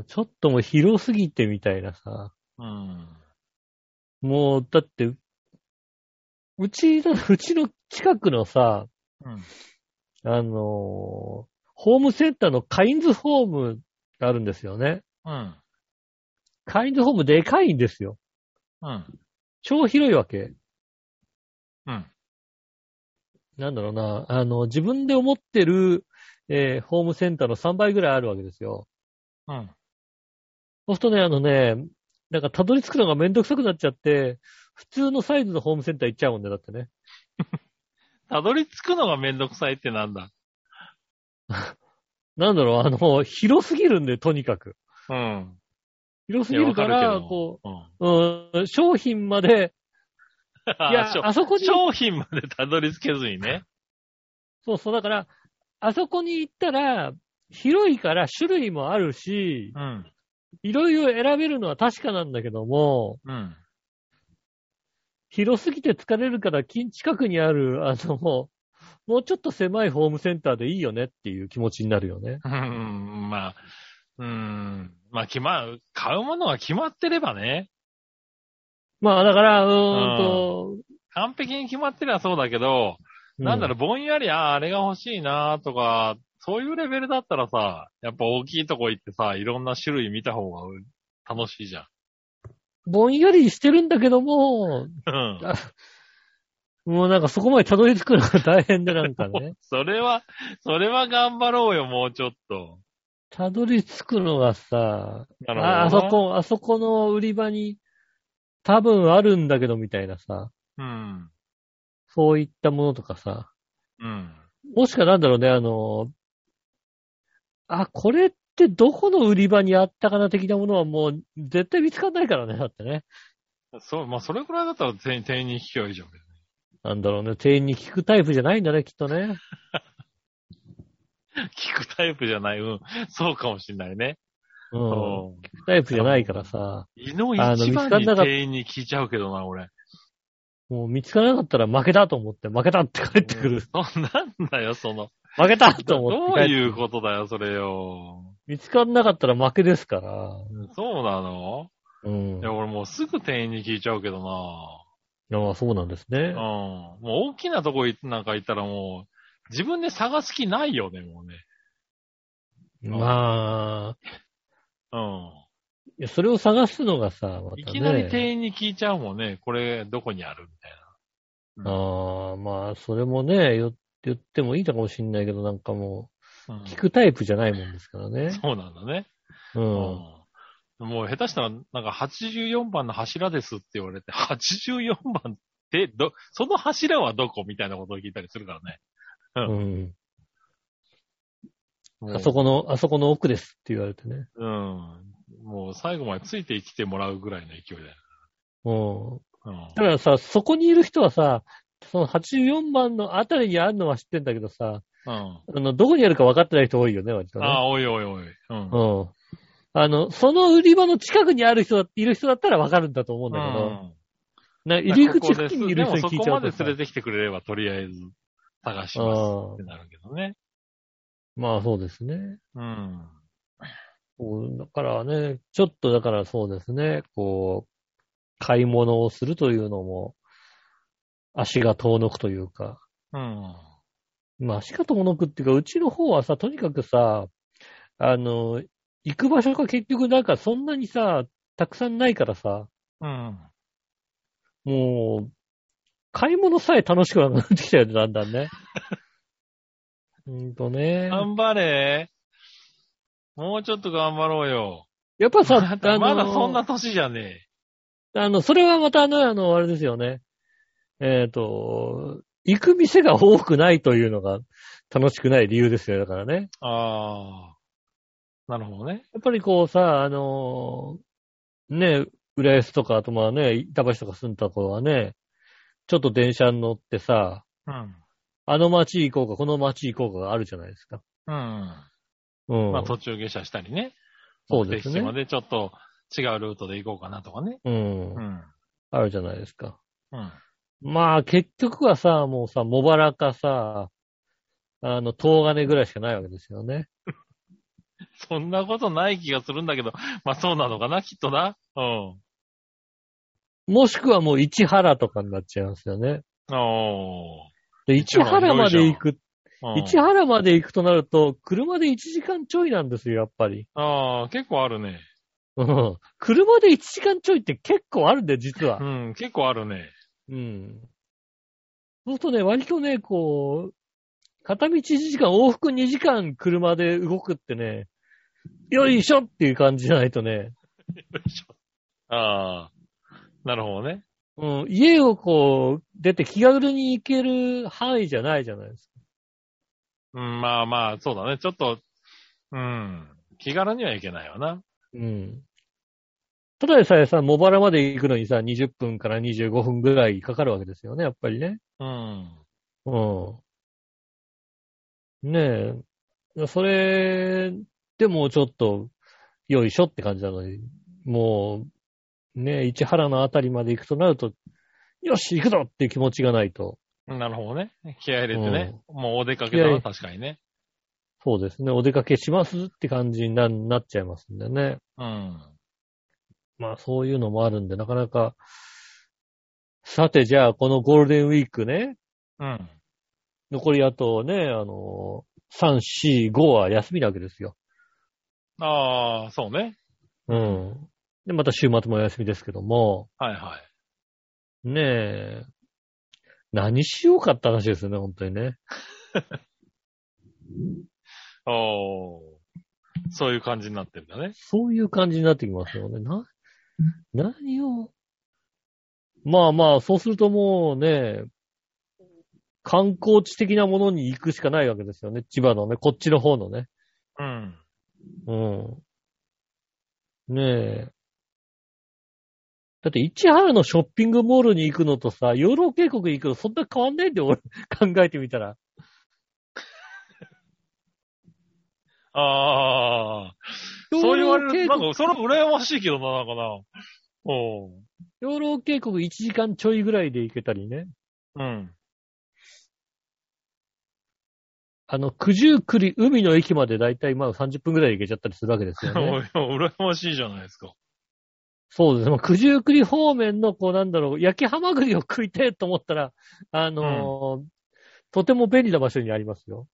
[SPEAKER 2] うん。ちょっともう広すぎてみたいなさ。
[SPEAKER 3] うん。
[SPEAKER 2] もう、だって、うちの、 うちの近くのさ、
[SPEAKER 3] うん
[SPEAKER 2] あのーホームセンターのカインズホームがあるんですよね。
[SPEAKER 3] うん。
[SPEAKER 2] カインズホームでかいんですよ。
[SPEAKER 3] うん。
[SPEAKER 2] 超広いわけ。
[SPEAKER 3] うん。
[SPEAKER 2] なんだろうな、あの、自分で思ってる、えーホームセンターの3倍ぐらいあるわけですよ。
[SPEAKER 3] うん。
[SPEAKER 2] そうするとね、あのね、なんかたどり着くのがめんどくさくなっちゃって、普通のサイズのホームセンター行っちゃうもんね、だってね。
[SPEAKER 3] たどり着くのがめんどくさいってなんだ。
[SPEAKER 2] なんだろう、あの、広すぎるんで、とにかく。
[SPEAKER 3] うん。
[SPEAKER 2] 広す
[SPEAKER 3] い
[SPEAKER 2] ぎる
[SPEAKER 3] や、
[SPEAKER 2] か
[SPEAKER 3] わかるけ
[SPEAKER 2] ら、
[SPEAKER 3] ど。
[SPEAKER 2] こ
[SPEAKER 3] うん。
[SPEAKER 2] う、うん、商品まで、いや
[SPEAKER 3] しょ、
[SPEAKER 2] あそこに、
[SPEAKER 3] 商品までたどり着けずにね。
[SPEAKER 2] そうそう、だから、あそこに行ったら、広いから種類もあるし、
[SPEAKER 3] うん。
[SPEAKER 2] いろいろ選べるのは確かなんだけども、
[SPEAKER 3] うん。
[SPEAKER 2] 広すぎて疲れるから、近近くにある、あの、もうもうちょっと狭いホームセンターでいいよねっていう気持ちになるよね。
[SPEAKER 3] うん、まあ、うん。まあ、決ま、買うものが決まってればね。
[SPEAKER 2] まあ、だから、うーんと、
[SPEAKER 3] 完璧に決まってりゃそうだけど、なんだろ
[SPEAKER 2] う
[SPEAKER 3] う、ぼんやり、ああ、あれが欲しいなとか、そういうレベルだったらさ、やっぱ大きいとこ行ってさ、いろんな種類見た方が楽しいじゃん。
[SPEAKER 2] ぼんやりしてるんだけども、
[SPEAKER 3] うん。
[SPEAKER 2] もうなんかそこまでたどり着くのが大変でなんかね。
[SPEAKER 3] それは、それは頑張ろうよ、もうちょっと。
[SPEAKER 2] たどり着くのがさ、
[SPEAKER 3] なるほどな
[SPEAKER 2] ああそ。こ、あそこの売り場に多分あるんだけどみたいなさ、
[SPEAKER 3] うん。
[SPEAKER 2] そういったものとかさ、
[SPEAKER 3] うん。
[SPEAKER 2] もしかなんだろうね、あの、あ、これってどこの売り場にあったかな的なものはもう絶対見つかんないからね、だってね。
[SPEAKER 3] そう、まあ、それくらいだったら店員店員に聞きゃいいじゃん。
[SPEAKER 2] なんだろうね、店員に聞くタイプじゃないんだね、きっとね。
[SPEAKER 3] 聞くタイプじゃない。うん。そうかもしんないね。
[SPEAKER 2] う。
[SPEAKER 3] うんん。
[SPEAKER 2] 聞くタイプじゃないからさ、
[SPEAKER 3] 胃の
[SPEAKER 2] あの
[SPEAKER 3] 一
[SPEAKER 2] 見つ
[SPEAKER 3] 番
[SPEAKER 2] かん
[SPEAKER 3] に
[SPEAKER 2] なかった
[SPEAKER 3] 店員に聞いちゃうけどな、俺。
[SPEAKER 2] もう見つからなかったら負けだと思って、負けたって帰ってくる。
[SPEAKER 3] そんなんだよ、その。
[SPEAKER 2] 負けたと思っ
[SPEAKER 3] ど
[SPEAKER 2] て
[SPEAKER 3] う
[SPEAKER 2] 帰ってくる
[SPEAKER 3] いうことだよ、それよ。
[SPEAKER 2] 見つからなかったら負けですから。
[SPEAKER 3] そうなの
[SPEAKER 2] うん。
[SPEAKER 3] いや、俺もうすぐ店員に聞いちゃうけど
[SPEAKER 2] ああ、そうなんですね
[SPEAKER 3] な。うん。。もう大きなとこ行ってなんか行ったらもう、自分で探す気ないよね、もうね。
[SPEAKER 2] まあ、
[SPEAKER 3] うん。
[SPEAKER 2] いやそれを探すのがさ、またね、
[SPEAKER 3] いきなり店員に聞いちゃうもんね。これ、どこにあるみたい
[SPEAKER 2] ああ、まあ、それもね、よ言ってもいいのかもしんないけど、なんかも
[SPEAKER 3] な。う
[SPEAKER 2] う、
[SPEAKER 3] ん
[SPEAKER 2] 聞くタイプじゃないもんですからね。
[SPEAKER 3] そうなんだね。
[SPEAKER 2] う。
[SPEAKER 3] うんもう下手したら、なんか84番の柱ですって言われて、84番って、ど、その柱はどこみたいなことを聞いたりするからね。
[SPEAKER 2] うん。
[SPEAKER 3] もう
[SPEAKER 2] あそこの、あそこの奥ですって言われてね。
[SPEAKER 3] うん。もう最後までついてきてもらうぐらいの勢いだよ。
[SPEAKER 2] うん。
[SPEAKER 3] うん
[SPEAKER 2] だからさ、そこにいる人はさ、その84番のあたりにあるのは知ってんだけどさ、
[SPEAKER 3] うん。
[SPEAKER 2] あの、どこにあるか分かってない人多いよね、割とね。
[SPEAKER 3] ああ、おいおいおい。うん。
[SPEAKER 2] うん。あの、その売り場の近くにある人だ、いる人だったらわかるんだと思うんだけど、
[SPEAKER 3] うん
[SPEAKER 2] な入り
[SPEAKER 3] こ
[SPEAKER 2] 口
[SPEAKER 3] こ
[SPEAKER 2] 付
[SPEAKER 3] です
[SPEAKER 2] 近にい
[SPEAKER 3] で
[SPEAKER 2] る人
[SPEAKER 3] も
[SPEAKER 2] に
[SPEAKER 3] そ
[SPEAKER 2] 聞い
[SPEAKER 3] こ
[SPEAKER 2] ちゃ
[SPEAKER 3] ま
[SPEAKER 2] う
[SPEAKER 3] で
[SPEAKER 2] とさ
[SPEAKER 3] 連れてきてくれれば、とりあえず探しますってなるけどね。
[SPEAKER 2] まあそうですね。
[SPEAKER 3] うん。
[SPEAKER 2] そうだからね、ちょっとだからそうですね、こう、買い物をするというのも、足が遠のくというか、
[SPEAKER 3] うん。
[SPEAKER 2] まあ足が遠のくっていうか、うちの方はさ、とにかくさ、あの、行く場所が結局なんかそんなにさ、たくさんないからさ、
[SPEAKER 3] うん。
[SPEAKER 2] もう、買い物さえ楽しくなくなってきたよね、だんだん ね。うーんとね。
[SPEAKER 3] 頑張れ。もうちょっと頑張ろうよ。
[SPEAKER 2] やっぱさ、
[SPEAKER 3] まだ
[SPEAKER 2] あの
[SPEAKER 3] まだそんな年じゃね
[SPEAKER 2] あの、それはまたあの、あの、あれですよね。えっ、と、行く店が多くないというのが楽しくない理由ですよ、だからね。
[SPEAKER 3] え。ああ。なるほどね。
[SPEAKER 2] やっぱりこうさ、あの、ね、浦安とか、あとまあね、板橋とか住んだ頃はね、ちょっと電車に乗ってさ、
[SPEAKER 3] うん。
[SPEAKER 2] あの街行こうか、この街行こうかがあるじゃないですか。
[SPEAKER 3] うん。
[SPEAKER 2] うん。
[SPEAKER 3] まあ途中下車したりね。
[SPEAKER 2] そうですね
[SPEAKER 3] 目的地までちょっと違うルートで行こうかなとかね。
[SPEAKER 2] うん
[SPEAKER 3] う。ん。
[SPEAKER 2] あるじゃないですか。
[SPEAKER 3] うん。
[SPEAKER 2] まあ、結局はさ、もうさ、茂原かさ、あの、東金ぐらいしかないわけですよね。
[SPEAKER 3] そんなことない気がするんだけど、 まあそうなのかな、きっとな。うん。
[SPEAKER 2] もしくはもう市原とかになっちゃいますよね。
[SPEAKER 3] お
[SPEAKER 2] で、市原まで行く、
[SPEAKER 3] ー。
[SPEAKER 2] 市原まで行くとなると、車で1時間ちょいなんですよ、やっぱり。
[SPEAKER 3] ああ、結構あるね。
[SPEAKER 2] うん。車で1時間ちょいって結構あるんだよ、実は
[SPEAKER 3] う。ん、結構あるね。
[SPEAKER 2] うん。そうするとね、割とね、こう、片道1時間、往復2時間車で動くってね、よいしょっていう感じじゃないとね、
[SPEAKER 3] ああ、なるほどね。
[SPEAKER 2] うん、家をこう、出て気軽に行ける範囲じゃないじゃないです
[SPEAKER 3] うん、まあまあ、そうだね。ちょっと、うん。気軽には行けないわな。
[SPEAKER 2] うん。ただでさえさ、茂原まで行くのにさ、20分から25分ぐらいかかるわけですよね、やっぱりね。
[SPEAKER 3] うん。
[SPEAKER 2] うん。ねえ。それでもうちょっと、よいしょって感じなのに、もう、ねえ、市原のあたりまで行くとなると、よし、行くぞっていう気持ちがないと。
[SPEAKER 3] なるほどね。気合入れてね。もうお出かけだ
[SPEAKER 2] 気合
[SPEAKER 3] な、
[SPEAKER 2] い
[SPEAKER 3] 確かにね。
[SPEAKER 2] そうですね。お出かけしますって感じにななっちゃいますんでね。
[SPEAKER 3] うん。
[SPEAKER 2] まあそういうのもあるんで、なかなか。さて、じゃあこのゴールデンウィークね、
[SPEAKER 3] うん。
[SPEAKER 2] 残りあとね、あの、3、4、5は休みなわけですよ。
[SPEAKER 3] ああ、そうね。
[SPEAKER 2] うん。で、また週末もお休みですけども、
[SPEAKER 3] はいはい。
[SPEAKER 2] ねえ、何しようかって話ですよね、本当にね。
[SPEAKER 3] おー。そういう感じになってるんだね。
[SPEAKER 2] そういう感じになってきますよね。な、何を。まあまあ、そうするともうね、観光地的なものに行くしかないわけですよね。千葉のね、こっちの方のね。
[SPEAKER 3] うん。
[SPEAKER 2] うん。ねえ。だって、市原のショッピングモールに行くのとさ、養老渓谷に行くのそんな変わんないんだよ、俺。 考えてみたら。
[SPEAKER 3] ああ、そう言われると、なんか、それも羨ましいけどな、なんかな。おー。
[SPEAKER 2] 養老渓谷1時間ちょいぐらいで行けたりね。
[SPEAKER 3] うん。
[SPEAKER 2] あの、九十九里海の駅までだいたいまあ30分ぐらいで行けちゃったりするわけですよ ね。
[SPEAKER 3] うら羨ましいじゃないですか。
[SPEAKER 2] そうですね。まあ九十九里方面の、こうなんだろう、焼きハマグリを食いてえと思ったら、あのーとても便利な場所にありますよ。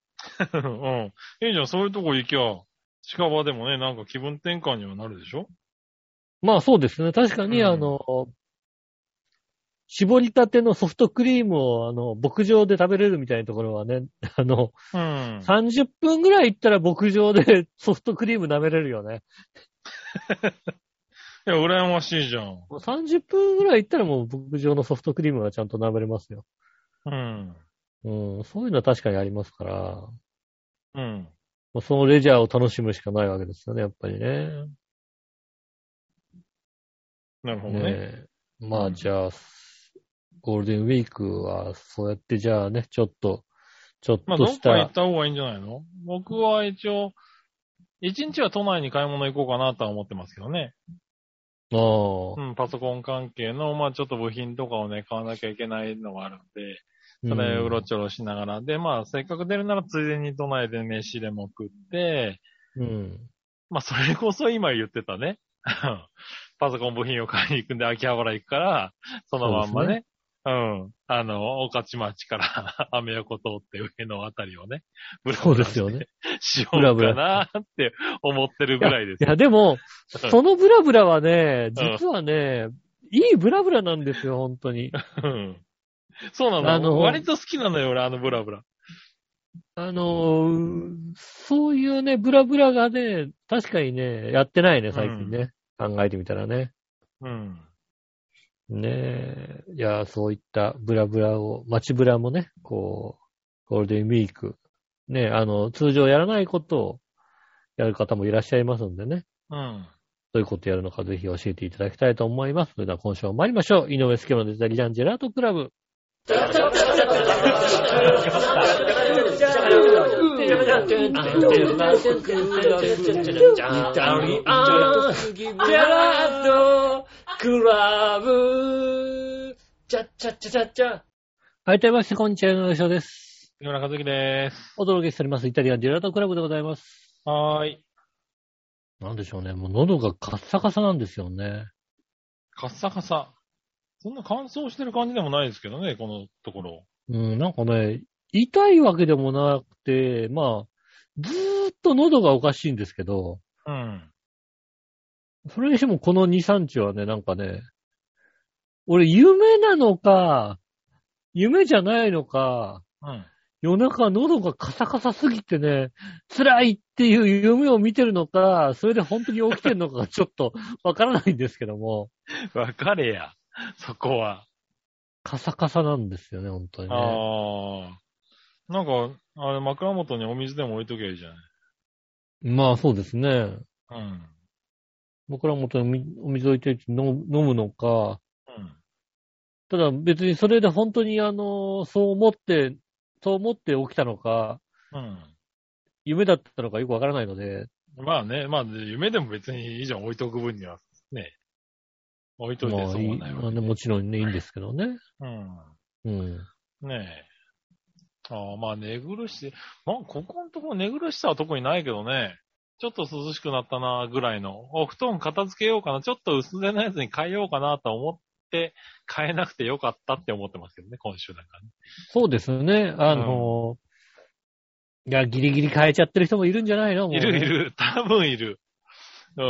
[SPEAKER 3] うん。いいじゃん、そういうとこ行きゃ、近場でもね、なんか気分転換にはなるでしょ
[SPEAKER 2] まあそうですね。確かに、
[SPEAKER 3] うん
[SPEAKER 2] あの、絞りたてのソフトクリームを、あの、牧場で食べれるみたいなところはね、あの、
[SPEAKER 3] うん。
[SPEAKER 2] 30分ぐらい行ったら牧場でソフトクリーム舐めれるよね。
[SPEAKER 3] いや、羨ましいじゃん。
[SPEAKER 2] もう30分ぐらい行ったらもう牧場のソフトクリームがちゃんと舐めれますよ。
[SPEAKER 3] うん。
[SPEAKER 2] うん、そういうのは確かにありますから、も
[SPEAKER 3] うん。
[SPEAKER 2] うそのレジャーを楽しむしかないわけですよね、やっぱりね。
[SPEAKER 3] なるほど
[SPEAKER 2] ね
[SPEAKER 3] ね。
[SPEAKER 2] え。ま
[SPEAKER 3] う
[SPEAKER 2] あ
[SPEAKER 3] ん
[SPEAKER 2] じゃあ、ゴールデンウィークは、そうやってじゃあね、ちょっと、ちょっ
[SPEAKER 3] まあ、
[SPEAKER 2] と
[SPEAKER 3] どっ
[SPEAKER 2] し
[SPEAKER 3] か
[SPEAKER 2] た。
[SPEAKER 3] 行った方がいいんじゃないの僕は一応、一日は都内に買い物行こうかなとは思ってますけどね。
[SPEAKER 2] ああ。
[SPEAKER 3] うん、パソコン関係の、まあちょっと部品とかをね、買わなきゃいけないのがあるんで、それをうろちょろしながら、で、まあ、せっかく出るなら、ついでに都内で飯でも食って、
[SPEAKER 2] うん。
[SPEAKER 3] まあ、それこそ今言ってたね。 パソコン部品を買いに行くんで、秋葉原行くから、そのまんまね。うん。あの、御徒町から、 アメ横通って上のあたりをね、ブラ
[SPEAKER 2] そう
[SPEAKER 3] ブ
[SPEAKER 2] で
[SPEAKER 3] ラ
[SPEAKER 2] すよね。
[SPEAKER 3] しようかなって思ってるぐらいです
[SPEAKER 2] い。や、でも、そのブラブラはね、
[SPEAKER 3] うん
[SPEAKER 2] 実はね、いいブラブラなんですよ、本当に。
[SPEAKER 3] うんそうなの。
[SPEAKER 2] あの
[SPEAKER 3] 割と好きなのよ、俺、あのブラブラ。
[SPEAKER 2] あのー、そういうね、ブラブラがね、確かにね、やってないね、最近ね。考えてみたらね。
[SPEAKER 3] うん。
[SPEAKER 2] ねえ。いや、そういったブラブラを、街ブラもね、こう、ゴールデンウィーク。ねあの、通常やらないことをやる方もいらっしゃいますんでね。
[SPEAKER 3] うん。
[SPEAKER 2] どういうことやるのかぜひ教えていただきたいと思います。それでは今週も参りましょう。井上介のデジタルジャンジェラートクラブ。はい、どうもみなさんこんにちは、井上翔です。
[SPEAKER 3] 木村和樹でーす。
[SPEAKER 2] お届けしております。イタリアンジェラートクラブでございます。
[SPEAKER 3] はーい。
[SPEAKER 2] なんでしょうね。もう喉がカッサカサなんですよね。
[SPEAKER 3] カッサカサ。そんな乾燥してる感じでもないですけどね、このところ。
[SPEAKER 2] うん、なんかね、痛いわけでもなくて、まあ、ずーっと喉がおかしいんですけど、
[SPEAKER 3] うん。
[SPEAKER 2] それにしてもこの2、3日はね、なんかね、俺夢なのか、夢じゃないのか、
[SPEAKER 3] うん。
[SPEAKER 2] 夜中喉がカサカサすぎてね、辛いっていう夢を見てるのか、それで本当に起きてるのかがちょっとわからないんですけども、
[SPEAKER 3] わかれや。そこは。
[SPEAKER 2] カサカサなんですよね、本当にね。
[SPEAKER 3] ああ。なんか、あれ、枕元にお水でも置いとけばいいじゃない。
[SPEAKER 2] まあそうですね。
[SPEAKER 3] うん。
[SPEAKER 2] 僕らもとお水お水置いて飲む飲むのか、
[SPEAKER 3] うん。
[SPEAKER 2] ただ別にそれで本当にあの、そう思って、そう思って起きたのか、夢だったのかよくわからないので、
[SPEAKER 3] うん。まあね、まあ、夢でも別に以上置いとく分には、ね、置いとい
[SPEAKER 2] ま
[SPEAKER 3] て
[SPEAKER 2] あ
[SPEAKER 3] 損
[SPEAKER 2] い
[SPEAKER 3] はいない
[SPEAKER 2] ま
[SPEAKER 3] わ
[SPEAKER 2] あ
[SPEAKER 3] け
[SPEAKER 2] ねもちろんね、いいんですけどね。
[SPEAKER 3] うん。
[SPEAKER 2] うん。
[SPEAKER 3] ねえ。ああ、まあ、寝苦しい。まあ、ここのところ寝苦しさは特にないけどね。ちょっと涼しくなったな、ぐらいの。お布団片付けようかな。ちょっと薄手のやつに変えようかなと思って、変えなくてよかったって思ってますけどね、今週なんかね。
[SPEAKER 2] そうですね。あの、いや、ギリギリ変えちゃってる人もいるんじゃないのもう
[SPEAKER 3] い
[SPEAKER 2] ね
[SPEAKER 3] るいる。多分いる。うん。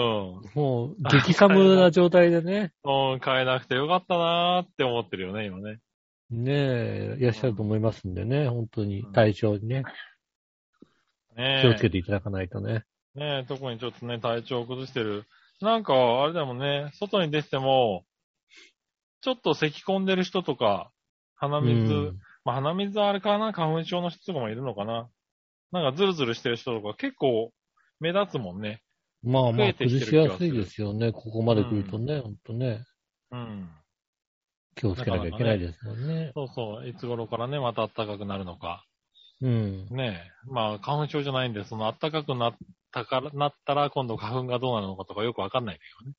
[SPEAKER 2] もう、激寒な状態 でね、
[SPEAKER 3] うん、変えなくてよかったなーって思ってるよね、今ね。
[SPEAKER 2] ねえ、いらっしゃると思いますんでね、本当に体調にね、
[SPEAKER 3] ねえ。
[SPEAKER 2] 気をつけていただかないとね。
[SPEAKER 3] ねえ、特にちょっとね、体調を崩してる。なんか、あれでもんね、外に出てても、ちょっと咳込んでる人とか、鼻水、
[SPEAKER 2] うん
[SPEAKER 3] まあ鼻水はあれかな、花粉症の人とかもいるのかな。なんかズルズルしてる人とか結構目立つもんね。
[SPEAKER 2] まあま
[SPEAKER 3] 増
[SPEAKER 2] あ、
[SPEAKER 3] えてき
[SPEAKER 2] 崩
[SPEAKER 3] てる
[SPEAKER 2] しやすいですよね、ここまで来るとね、ほんとね、
[SPEAKER 3] うん。
[SPEAKER 2] 気をつけなきゃいけないですもんね。
[SPEAKER 3] そうそう、いつ頃からね、また暖かくなるのか。
[SPEAKER 2] うん。
[SPEAKER 3] ねえ、まあ花粉症じゃないんで、その暖かくなったから、なったら今度花粉がどうなるのかとかよくわかんないけどね。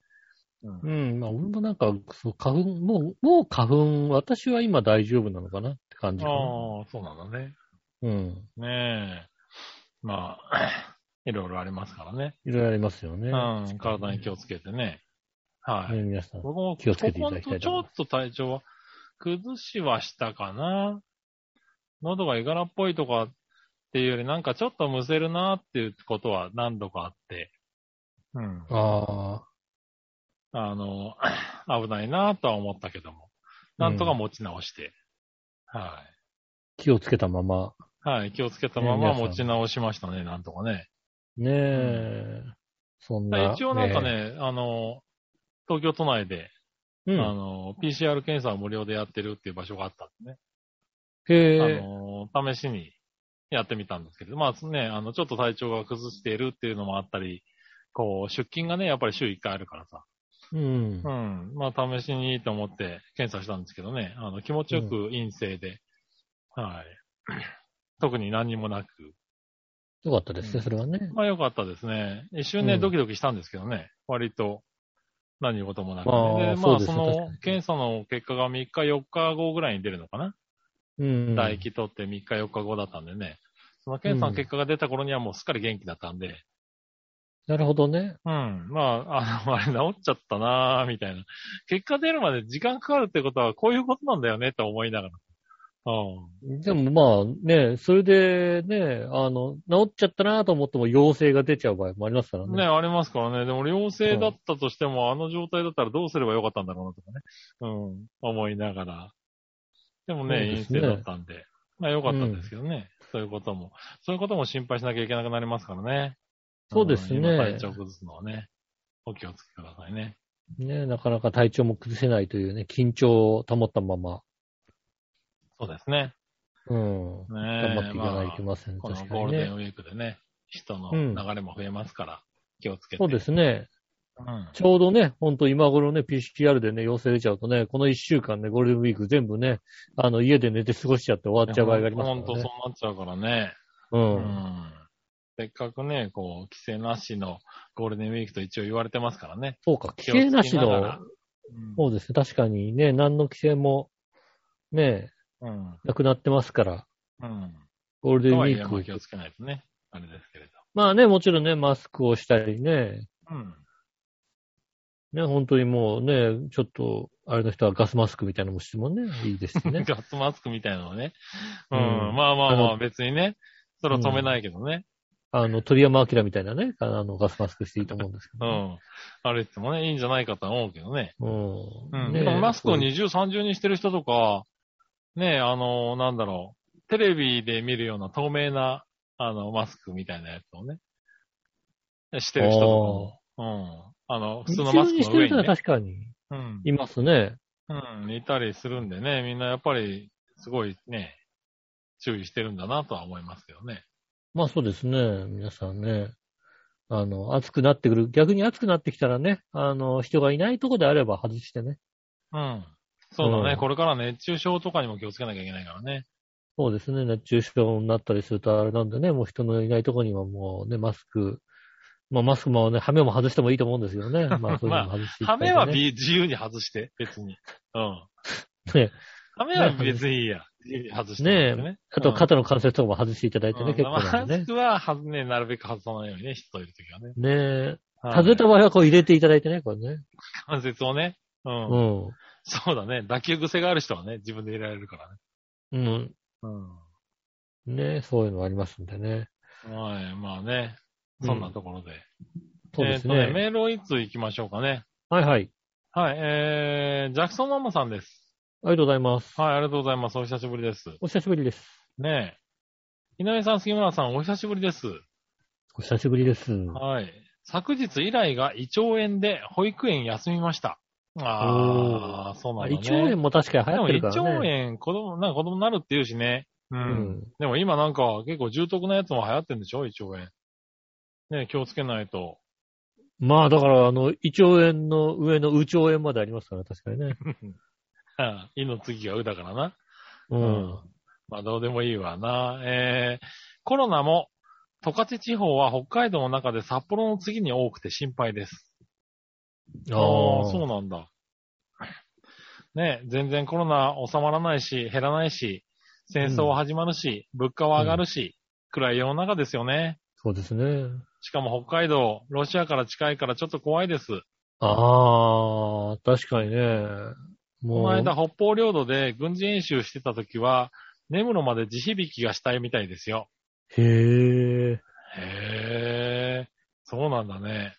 [SPEAKER 2] うん、まあ、俺もなんか、そう、花粉、もう、もう花粉、私は今大丈夫なのかなって感
[SPEAKER 3] う
[SPEAKER 2] じ
[SPEAKER 3] ん。
[SPEAKER 2] かな。
[SPEAKER 3] ああ、そうなんだね。
[SPEAKER 2] うん。
[SPEAKER 3] ねえ。まあ、 いろいろありますからね。
[SPEAKER 2] いろいろありますよね。
[SPEAKER 3] うん、体に気をつけてね。はい。
[SPEAKER 2] ね皆さん。
[SPEAKER 3] 僕も、
[SPEAKER 2] 気をつけていただきたい
[SPEAKER 3] ことこ
[SPEAKER 2] 思
[SPEAKER 3] ん
[SPEAKER 2] い
[SPEAKER 3] とちょっと体調は、崩しはしたかな。喉がいがらっぽいとかっていうより、なんかちょっとむせるなっていうことは何度かあって、うん。
[SPEAKER 2] ああ、
[SPEAKER 3] あの、 危ないなとは思ったけども、なんとか持ち直して、は
[SPEAKER 2] 気をつけたまま。
[SPEAKER 3] い。はい、気をつけたまま
[SPEAKER 2] ね皆さん
[SPEAKER 3] 持ち直しましたね、なんとかね。
[SPEAKER 2] ねえ、そんな。
[SPEAKER 3] 一応なんかね、あの、東京都内で、
[SPEAKER 2] ええ、う
[SPEAKER 3] あ
[SPEAKER 2] ん。
[SPEAKER 3] の、PCR 検査を無料でやってるっていう場所があったんでね。
[SPEAKER 2] へえ、
[SPEAKER 3] あの、試しにやってみたんですけど、まあね、あの、ちょっと体調が崩しているっていうのもあったり、こう、出勤がね、やっぱり週1回あるからさ。
[SPEAKER 2] うん
[SPEAKER 3] う。ん。まあ、試しにと思って検査したんですけどね、あの、気持ちよく陰性で、はい。 特に何もなく。
[SPEAKER 2] よかったですね、それはね。
[SPEAKER 3] まあ、よかったですね。一瞬ね、
[SPEAKER 2] うん
[SPEAKER 3] ドキドキしたんですけどね。割と、何事もなく、
[SPEAKER 2] あ
[SPEAKER 3] ね。
[SPEAKER 2] あ
[SPEAKER 3] で、
[SPEAKER 2] そ
[SPEAKER 3] ま
[SPEAKER 2] う
[SPEAKER 3] あ、
[SPEAKER 2] です
[SPEAKER 3] そ
[SPEAKER 2] ね確か
[SPEAKER 3] の
[SPEAKER 2] に、
[SPEAKER 3] 検査の結果が3日、4日後ぐらいに出るのかな。
[SPEAKER 2] うん。
[SPEAKER 3] 唾液取って3日、4日後だったんでね。その検査の結果が出た頃にはもうすっかり元気だったんで、
[SPEAKER 2] なるほどね。
[SPEAKER 3] うん、まあ、あの、あ れ治っちゃったなぁ、みたいな。結果出るまで時間かかるってことは、こういうことなんだよね、と思いながら。う
[SPEAKER 2] でもまあね、それでね、あの、治っちゃったなと思っても陽性が出ちゃう場合もありますから
[SPEAKER 3] ん。
[SPEAKER 2] ね。
[SPEAKER 3] ね、ありますからね。でも、陽性だったとしても、あの状態だったらどうすればよかったんだろうな、とかね。うん、思いながら。でも
[SPEAKER 2] そう
[SPEAKER 3] ね、
[SPEAKER 2] で
[SPEAKER 3] 陰
[SPEAKER 2] すね
[SPEAKER 3] 性だったんで。まあ、よかったんですけどね。そういうことも。そういうことも心配しなきゃいけなくなりますからね。
[SPEAKER 2] そうですね
[SPEAKER 3] ん今体調崩すのはね。お気をつけくださいね。
[SPEAKER 2] ねなかなか体調も崩せないというね、緊張を保ったまま、
[SPEAKER 3] そうですね。
[SPEAKER 2] うん。
[SPEAKER 3] ね
[SPEAKER 2] 頑張っていかないと
[SPEAKER 3] ま
[SPEAKER 2] い
[SPEAKER 3] あ
[SPEAKER 2] けません。
[SPEAKER 3] この
[SPEAKER 2] 確かに
[SPEAKER 3] ゴールデン
[SPEAKER 2] ね。
[SPEAKER 3] ウィークでね、人の
[SPEAKER 2] うん
[SPEAKER 3] 流れも増えますから、気をつけて。。
[SPEAKER 2] そうですすね。
[SPEAKER 3] うん。
[SPEAKER 2] ちょうどね、ほんと今頃ね、PCR でね、陽性出ちゃうとね、この一週間ね、ゴールデンウィーク全部ね、あの、家で寝て過ごしちゃって終わっちゃう場合がありますから
[SPEAKER 3] ほ
[SPEAKER 2] ね。
[SPEAKER 3] んとそうなっちゃうからね。
[SPEAKER 2] う。
[SPEAKER 3] うんん。せっかくね、こう、規制なしのゴールデンウィークと一応言われてますからね。
[SPEAKER 2] そうか、規制なし
[SPEAKER 3] 気をつけが
[SPEAKER 2] の
[SPEAKER 3] ら、うん
[SPEAKER 2] そうですね、確かにね、何の規制も、ね、
[SPEAKER 3] うん。
[SPEAKER 2] なくなってますから、
[SPEAKER 3] うん。
[SPEAKER 2] ゴールデン
[SPEAKER 3] と
[SPEAKER 2] ウ
[SPEAKER 3] はい
[SPEAKER 2] ィ
[SPEAKER 3] え
[SPEAKER 2] ー
[SPEAKER 3] まあ
[SPEAKER 2] ク
[SPEAKER 3] 気。をつけないとね、あれですけれ
[SPEAKER 2] まあね、もちろんね、マスクをしたりね、
[SPEAKER 3] ど。うん。
[SPEAKER 2] ね、本当にもうね、ちょっと、あれの人はガスマスクみたいなのもしてもね、いいですし ね。
[SPEAKER 3] ガッツマスクみたいなのね。う
[SPEAKER 2] うん
[SPEAKER 3] ん。まあまあま
[SPEAKER 2] あの
[SPEAKER 3] あ、別にね、それは止めないけどね。
[SPEAKER 2] あの、鳥山明みたいなね、あの、ガスマスクしていいと思うんですけ
[SPEAKER 3] う
[SPEAKER 2] ど、ね。
[SPEAKER 3] ん。あれってもね、いいんじゃないかとは思うけどね。
[SPEAKER 2] うん。
[SPEAKER 3] うん。
[SPEAKER 2] ね
[SPEAKER 3] でもマスクを
[SPEAKER 2] そう
[SPEAKER 3] 二重三重にしてる人とか、ねえ、あの、なんだろう、テレビで見るような透明な、あの、マスクみたいなやつをね、してる人とかも、うん。あの、普通のマスク
[SPEAKER 2] 二重にし
[SPEAKER 3] の
[SPEAKER 2] てる
[SPEAKER 3] 上
[SPEAKER 2] 人
[SPEAKER 3] に、
[SPEAKER 2] は
[SPEAKER 3] ね、
[SPEAKER 2] 確かに、
[SPEAKER 3] うん。
[SPEAKER 2] いますね。
[SPEAKER 3] うん、いたりするんでね、みんなやっぱり、すごいね、注意してるんだなとは思いますけどね。
[SPEAKER 2] まあそうですね、皆さんね。あの、暑くなってくる。逆に暑くなってきたらね、あの、人がいないとこであれば外してね。
[SPEAKER 3] うん。そうだね。
[SPEAKER 2] うん
[SPEAKER 3] これから熱中症とかにも気をつけなきゃいけないからね。
[SPEAKER 2] そうですね、熱中症になったりするとあれなんでね、もう人のいないとこにはもうね、マスク、まあマスクもね、羽目も外してもいいと思うんですよ ね。まあそういうのも外してい
[SPEAKER 3] 羽
[SPEAKER 2] ただい
[SPEAKER 3] 目
[SPEAKER 2] てね
[SPEAKER 3] はび自由に外して、別に。うん。
[SPEAKER 2] ね
[SPEAKER 3] 羽目は別にいいや。自由に外してもらってね。
[SPEAKER 2] あと肩の関節とかも外していただいてね、
[SPEAKER 3] うん
[SPEAKER 2] 結構なんで
[SPEAKER 3] マ
[SPEAKER 2] ね
[SPEAKER 3] ス。クははずね、なるべく外さないようにね、人といるときはね。
[SPEAKER 2] ねえ、
[SPEAKER 3] はい
[SPEAKER 2] 外れた場合はこう入れていただいてね、これね。
[SPEAKER 3] 関節をね。う。
[SPEAKER 2] うんん。
[SPEAKER 3] そうだね。打球癖がある人はね、自分で入れられるからね。
[SPEAKER 2] うん。
[SPEAKER 3] う
[SPEAKER 2] ねえ、そういうのありますんでね。
[SPEAKER 3] ん。はい。まあね。そんなところで。
[SPEAKER 2] そうですね。
[SPEAKER 3] えーとメールを一通行きましょうかね。
[SPEAKER 2] はいはい。
[SPEAKER 3] はい。えー、ジャクソンママさんです。
[SPEAKER 2] ありがとうございます。
[SPEAKER 3] はい、ありがとうございます。お久しぶりです。
[SPEAKER 2] お久しぶりです。
[SPEAKER 3] ねえ。稲上さん、杉村さん、お久しぶりです。
[SPEAKER 2] お久しぶりです。
[SPEAKER 3] はい。昨日以来が胃腸炎で保育園休みました。ああ、そうなんだ、
[SPEAKER 2] 胃
[SPEAKER 3] ね。
[SPEAKER 2] 腸炎も確かに流行って
[SPEAKER 3] で
[SPEAKER 2] る
[SPEAKER 3] も
[SPEAKER 2] か
[SPEAKER 3] 胃腸
[SPEAKER 2] らね。
[SPEAKER 3] 炎、子供、なんか子供になるって言うしね。うん。
[SPEAKER 2] うん。
[SPEAKER 3] でも今なんか結構重篤なやつも流行ってんでしょ胃腸炎。ねえ気をつけないと。
[SPEAKER 2] まあだから、あの、胃腸炎の上の右腸炎までありますから、確かにね。
[SPEAKER 3] ああ胃の次がうだからな。
[SPEAKER 2] う。
[SPEAKER 3] うんまあどうでもいいわな。えー、コロナも、十勝地方は北海道の中で札幌の次に多くて心配です。
[SPEAKER 2] あ
[SPEAKER 3] ああ、
[SPEAKER 2] あ、
[SPEAKER 3] そうなんだ。ねえ全然コロナ収まらないし、減らないし、戦争は始まるし、物価は上がるし、暗い世の中ですよね。
[SPEAKER 2] そうですね。
[SPEAKER 3] しかも北海道、ロシアから近いからちょっと怖いです。
[SPEAKER 2] ああ、確かにね。
[SPEAKER 3] こ
[SPEAKER 2] もう、
[SPEAKER 3] の間、北方領土で軍事演習してた時は、根室まで地響きがしたいみたいですよ。
[SPEAKER 2] へえ、
[SPEAKER 3] へえ、そうなんだね。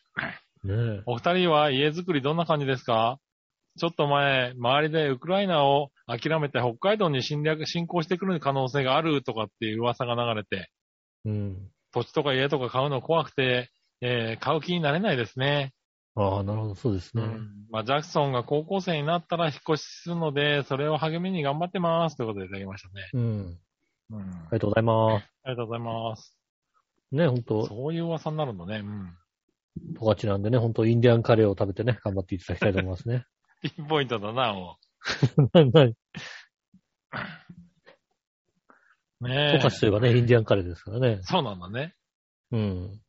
[SPEAKER 2] ねえ。
[SPEAKER 3] お二人は家づくりどんな感じですかちょっと前、周りでウクライナを諦めて北海道に侵略、侵攻してくる可能性があるとかっていう噂が流れて、
[SPEAKER 2] うん。
[SPEAKER 3] 土地とか家とか買うの怖くて、えー買う気になれないですね。
[SPEAKER 2] ああ、なるほど、そうですね。
[SPEAKER 3] まあ、ジャクソンが高校生になったら引っ越しするので、それを励みに頑張ってます。ということでいただきましたね。
[SPEAKER 2] うん。
[SPEAKER 3] う
[SPEAKER 2] あ
[SPEAKER 3] ん。
[SPEAKER 2] りがとうございます。
[SPEAKER 3] ありがとうございます。
[SPEAKER 2] ね、ほんと、
[SPEAKER 3] そういう噂になるのね。うん。
[SPEAKER 2] トカチなんでね、ほんと、インディアンカレーを食べてね、頑張っていただきたいと思います ね。
[SPEAKER 3] ピンポイントだな、も
[SPEAKER 2] はいはい。
[SPEAKER 3] う。ね
[SPEAKER 2] ト
[SPEAKER 3] え。
[SPEAKER 2] カチといえばね、インディアンカレーですからね。
[SPEAKER 3] そうなんだね。
[SPEAKER 2] うん。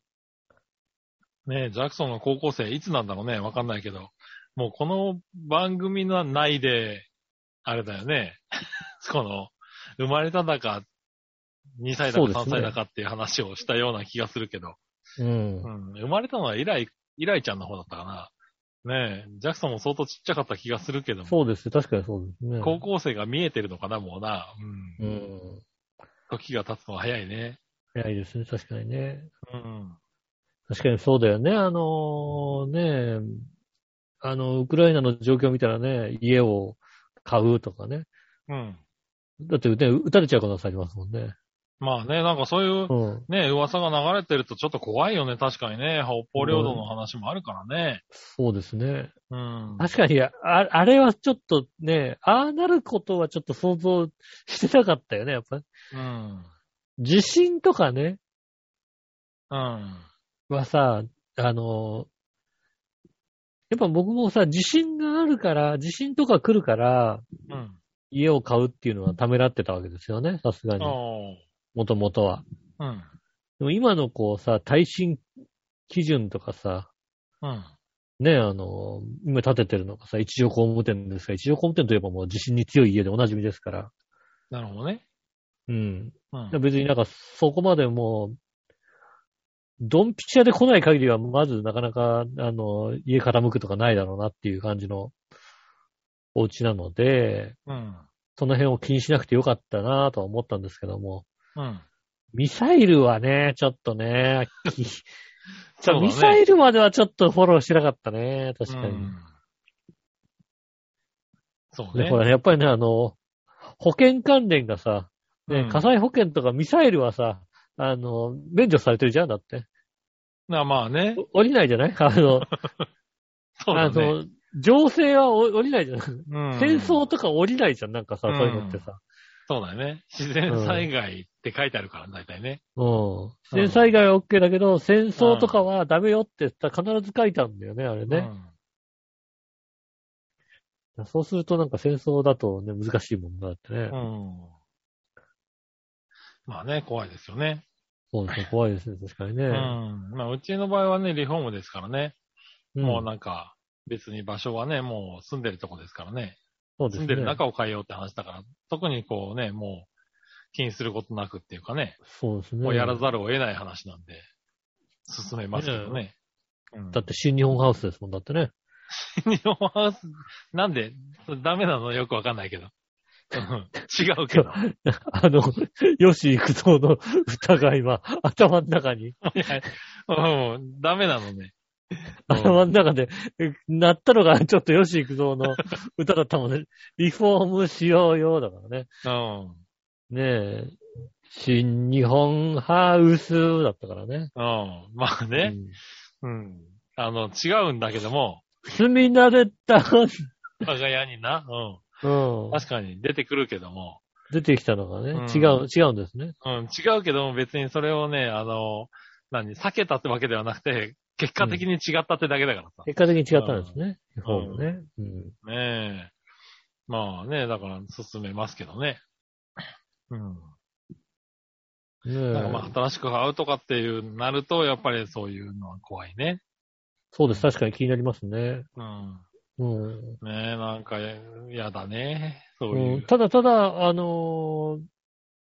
[SPEAKER 3] ねえ、ジャクソンの高校生、いつなんだろうね。わかんないけど。もうこの番組の内で、あれだよね。 この、生まれただか、2歳だ
[SPEAKER 2] そ
[SPEAKER 3] か
[SPEAKER 2] うです
[SPEAKER 3] 3
[SPEAKER 2] ね
[SPEAKER 3] 歳だかっていう話をしたような気がするけど。
[SPEAKER 2] うん
[SPEAKER 3] う。ん。生まれたのはイライ、イライちゃんの方だったかな。ねえ、ジャクソンも相当ちっちゃかった気がするけども。
[SPEAKER 2] そうですね、確かにそうですね。
[SPEAKER 3] 高校生が見えてるのかな、もうな。う。
[SPEAKER 2] うんん。
[SPEAKER 3] 時が経つのは早いね。
[SPEAKER 2] 早いですね、確かにね。
[SPEAKER 3] うん。
[SPEAKER 2] 確かにそうだよね。あのーね、あの、ウクライナの状況を見たらね、家を買うとかね。
[SPEAKER 3] うん。
[SPEAKER 2] だって、ね、撃たれちゃう可能性ありますもんね。
[SPEAKER 3] まあね、なんかそういう
[SPEAKER 2] うん。
[SPEAKER 3] ね、噂が流れてるとちょっと怖いよね、確かにね。北方領土の話もあるからね。
[SPEAKER 2] そうですね。
[SPEAKER 3] うん。
[SPEAKER 2] 確かに、ああれはちょっとね、ああなることはちょっと想像してなかったよね、やっぱり。
[SPEAKER 3] うん。
[SPEAKER 2] 地震とかね、
[SPEAKER 3] うん。
[SPEAKER 2] はさ、あのーやっぱ僕もさ、地震があるから、地震とか来るから、
[SPEAKER 3] うん。
[SPEAKER 2] 家を買うっていうのはためらってたわけですよね、さすがに。
[SPEAKER 3] おー
[SPEAKER 2] もともとは。
[SPEAKER 3] うん。
[SPEAKER 2] でも今のこうさ、耐震基準とかさ、
[SPEAKER 3] うん。
[SPEAKER 2] ね、あの、今建ててるのがさ、一条工務店ですが、一条工務店といえばもう地震に強い家でおなじみですから。
[SPEAKER 3] なるほどね。
[SPEAKER 2] うん。
[SPEAKER 3] うん。
[SPEAKER 2] 別になんかそこまでもう、ドンピシャで来ない限りは、まずなかなか、あの、家傾くとかないだろうなっていう感じのお家なので、
[SPEAKER 3] うん。
[SPEAKER 2] その辺を気にしなくてよかったなとは思ったんですけども、
[SPEAKER 3] うん。
[SPEAKER 2] ミサイルはね、ちょっとね、きじゃあ
[SPEAKER 3] そうだね
[SPEAKER 2] ミサイルまではちょっとフォローしてなかったね、確
[SPEAKER 3] う
[SPEAKER 2] かに。
[SPEAKER 3] ん。そう
[SPEAKER 2] で
[SPEAKER 3] ね。
[SPEAKER 2] ほら、やっぱりね、あの、保険関連がさ、ね
[SPEAKER 3] うん
[SPEAKER 2] 火災保険とかミサイルはさ、あの、免除されてるじゃんだって。
[SPEAKER 3] なまあね。
[SPEAKER 2] お降りないじゃない あの、
[SPEAKER 3] そう
[SPEAKER 2] あ
[SPEAKER 3] だね。
[SPEAKER 2] の、情勢はお降りないじゃない、
[SPEAKER 3] うん
[SPEAKER 2] 戦争とか降りないじゃん、なんかさ、そういうのってさ。
[SPEAKER 3] そうだよね。自然災害って書いてあるから、大体ね。
[SPEAKER 2] うん。自然災害は OK だけど、戦争とかはダメよって言ったら必ず書いてあるんだよね、あれね。そうするとなんか戦争だとね、難しいもんだってね
[SPEAKER 3] う。ん。うん。まあね、怖いですよね。
[SPEAKER 2] そうですね、怖いですね、確かにね。
[SPEAKER 3] うん。まあ、うちの場合はね、リフォームですからね。
[SPEAKER 2] うん
[SPEAKER 3] もうなんか、別に場所はね、もう住んでるとこですからね。
[SPEAKER 2] そうです
[SPEAKER 3] 住
[SPEAKER 2] ね。
[SPEAKER 3] んでる中を変えようって話だから、特にこうね、もう気にすることなくっていうかね、
[SPEAKER 2] そうですね。
[SPEAKER 3] もうやらざるを得ない話なんで、進めますけどね。うん
[SPEAKER 2] だって新日本ハウスですもん、だってね。
[SPEAKER 3] ニオハウス、 なんで、ダメなのよくわかんないけど。うん違うけど。
[SPEAKER 2] あの、吉幾三の歌が今、頭の中に、
[SPEAKER 3] いやうんダメなのね。うん
[SPEAKER 2] 頭の中で、なったのがちょっと吉幾三の歌だったもんね。リフォームしようよ、だからね。
[SPEAKER 3] うん。
[SPEAKER 2] ねえ、新日本ハウスだったからね。
[SPEAKER 3] うん。まあね
[SPEAKER 2] う。ん
[SPEAKER 3] うん。あの、違うんだけども、
[SPEAKER 2] 住み慣れた、
[SPEAKER 3] 我が家にな、うん。
[SPEAKER 2] うん、
[SPEAKER 3] 確かに出てくるけども、
[SPEAKER 2] 出てきたのがね、
[SPEAKER 3] うん
[SPEAKER 2] 違う、違うんですね。
[SPEAKER 3] うん、違うけども別にそれをね、あの、何、避けたってわけではなくて、結果的に違ったってだけだからさ。
[SPEAKER 2] 結果的に違ったんですね。リフォームね。うん
[SPEAKER 3] ねえ。まあね、だから進めますけどね。うん。
[SPEAKER 2] ねえ
[SPEAKER 3] なんかまあ新しく買うとかっていうなると、やっぱりそういうのは怖いね。
[SPEAKER 2] そうです、確かに気になりますね。
[SPEAKER 3] うん。
[SPEAKER 2] うん
[SPEAKER 3] ねえ、なんかややだね。そう
[SPEAKER 2] う
[SPEAKER 3] い
[SPEAKER 2] ん
[SPEAKER 3] う。
[SPEAKER 2] ただただ、あのー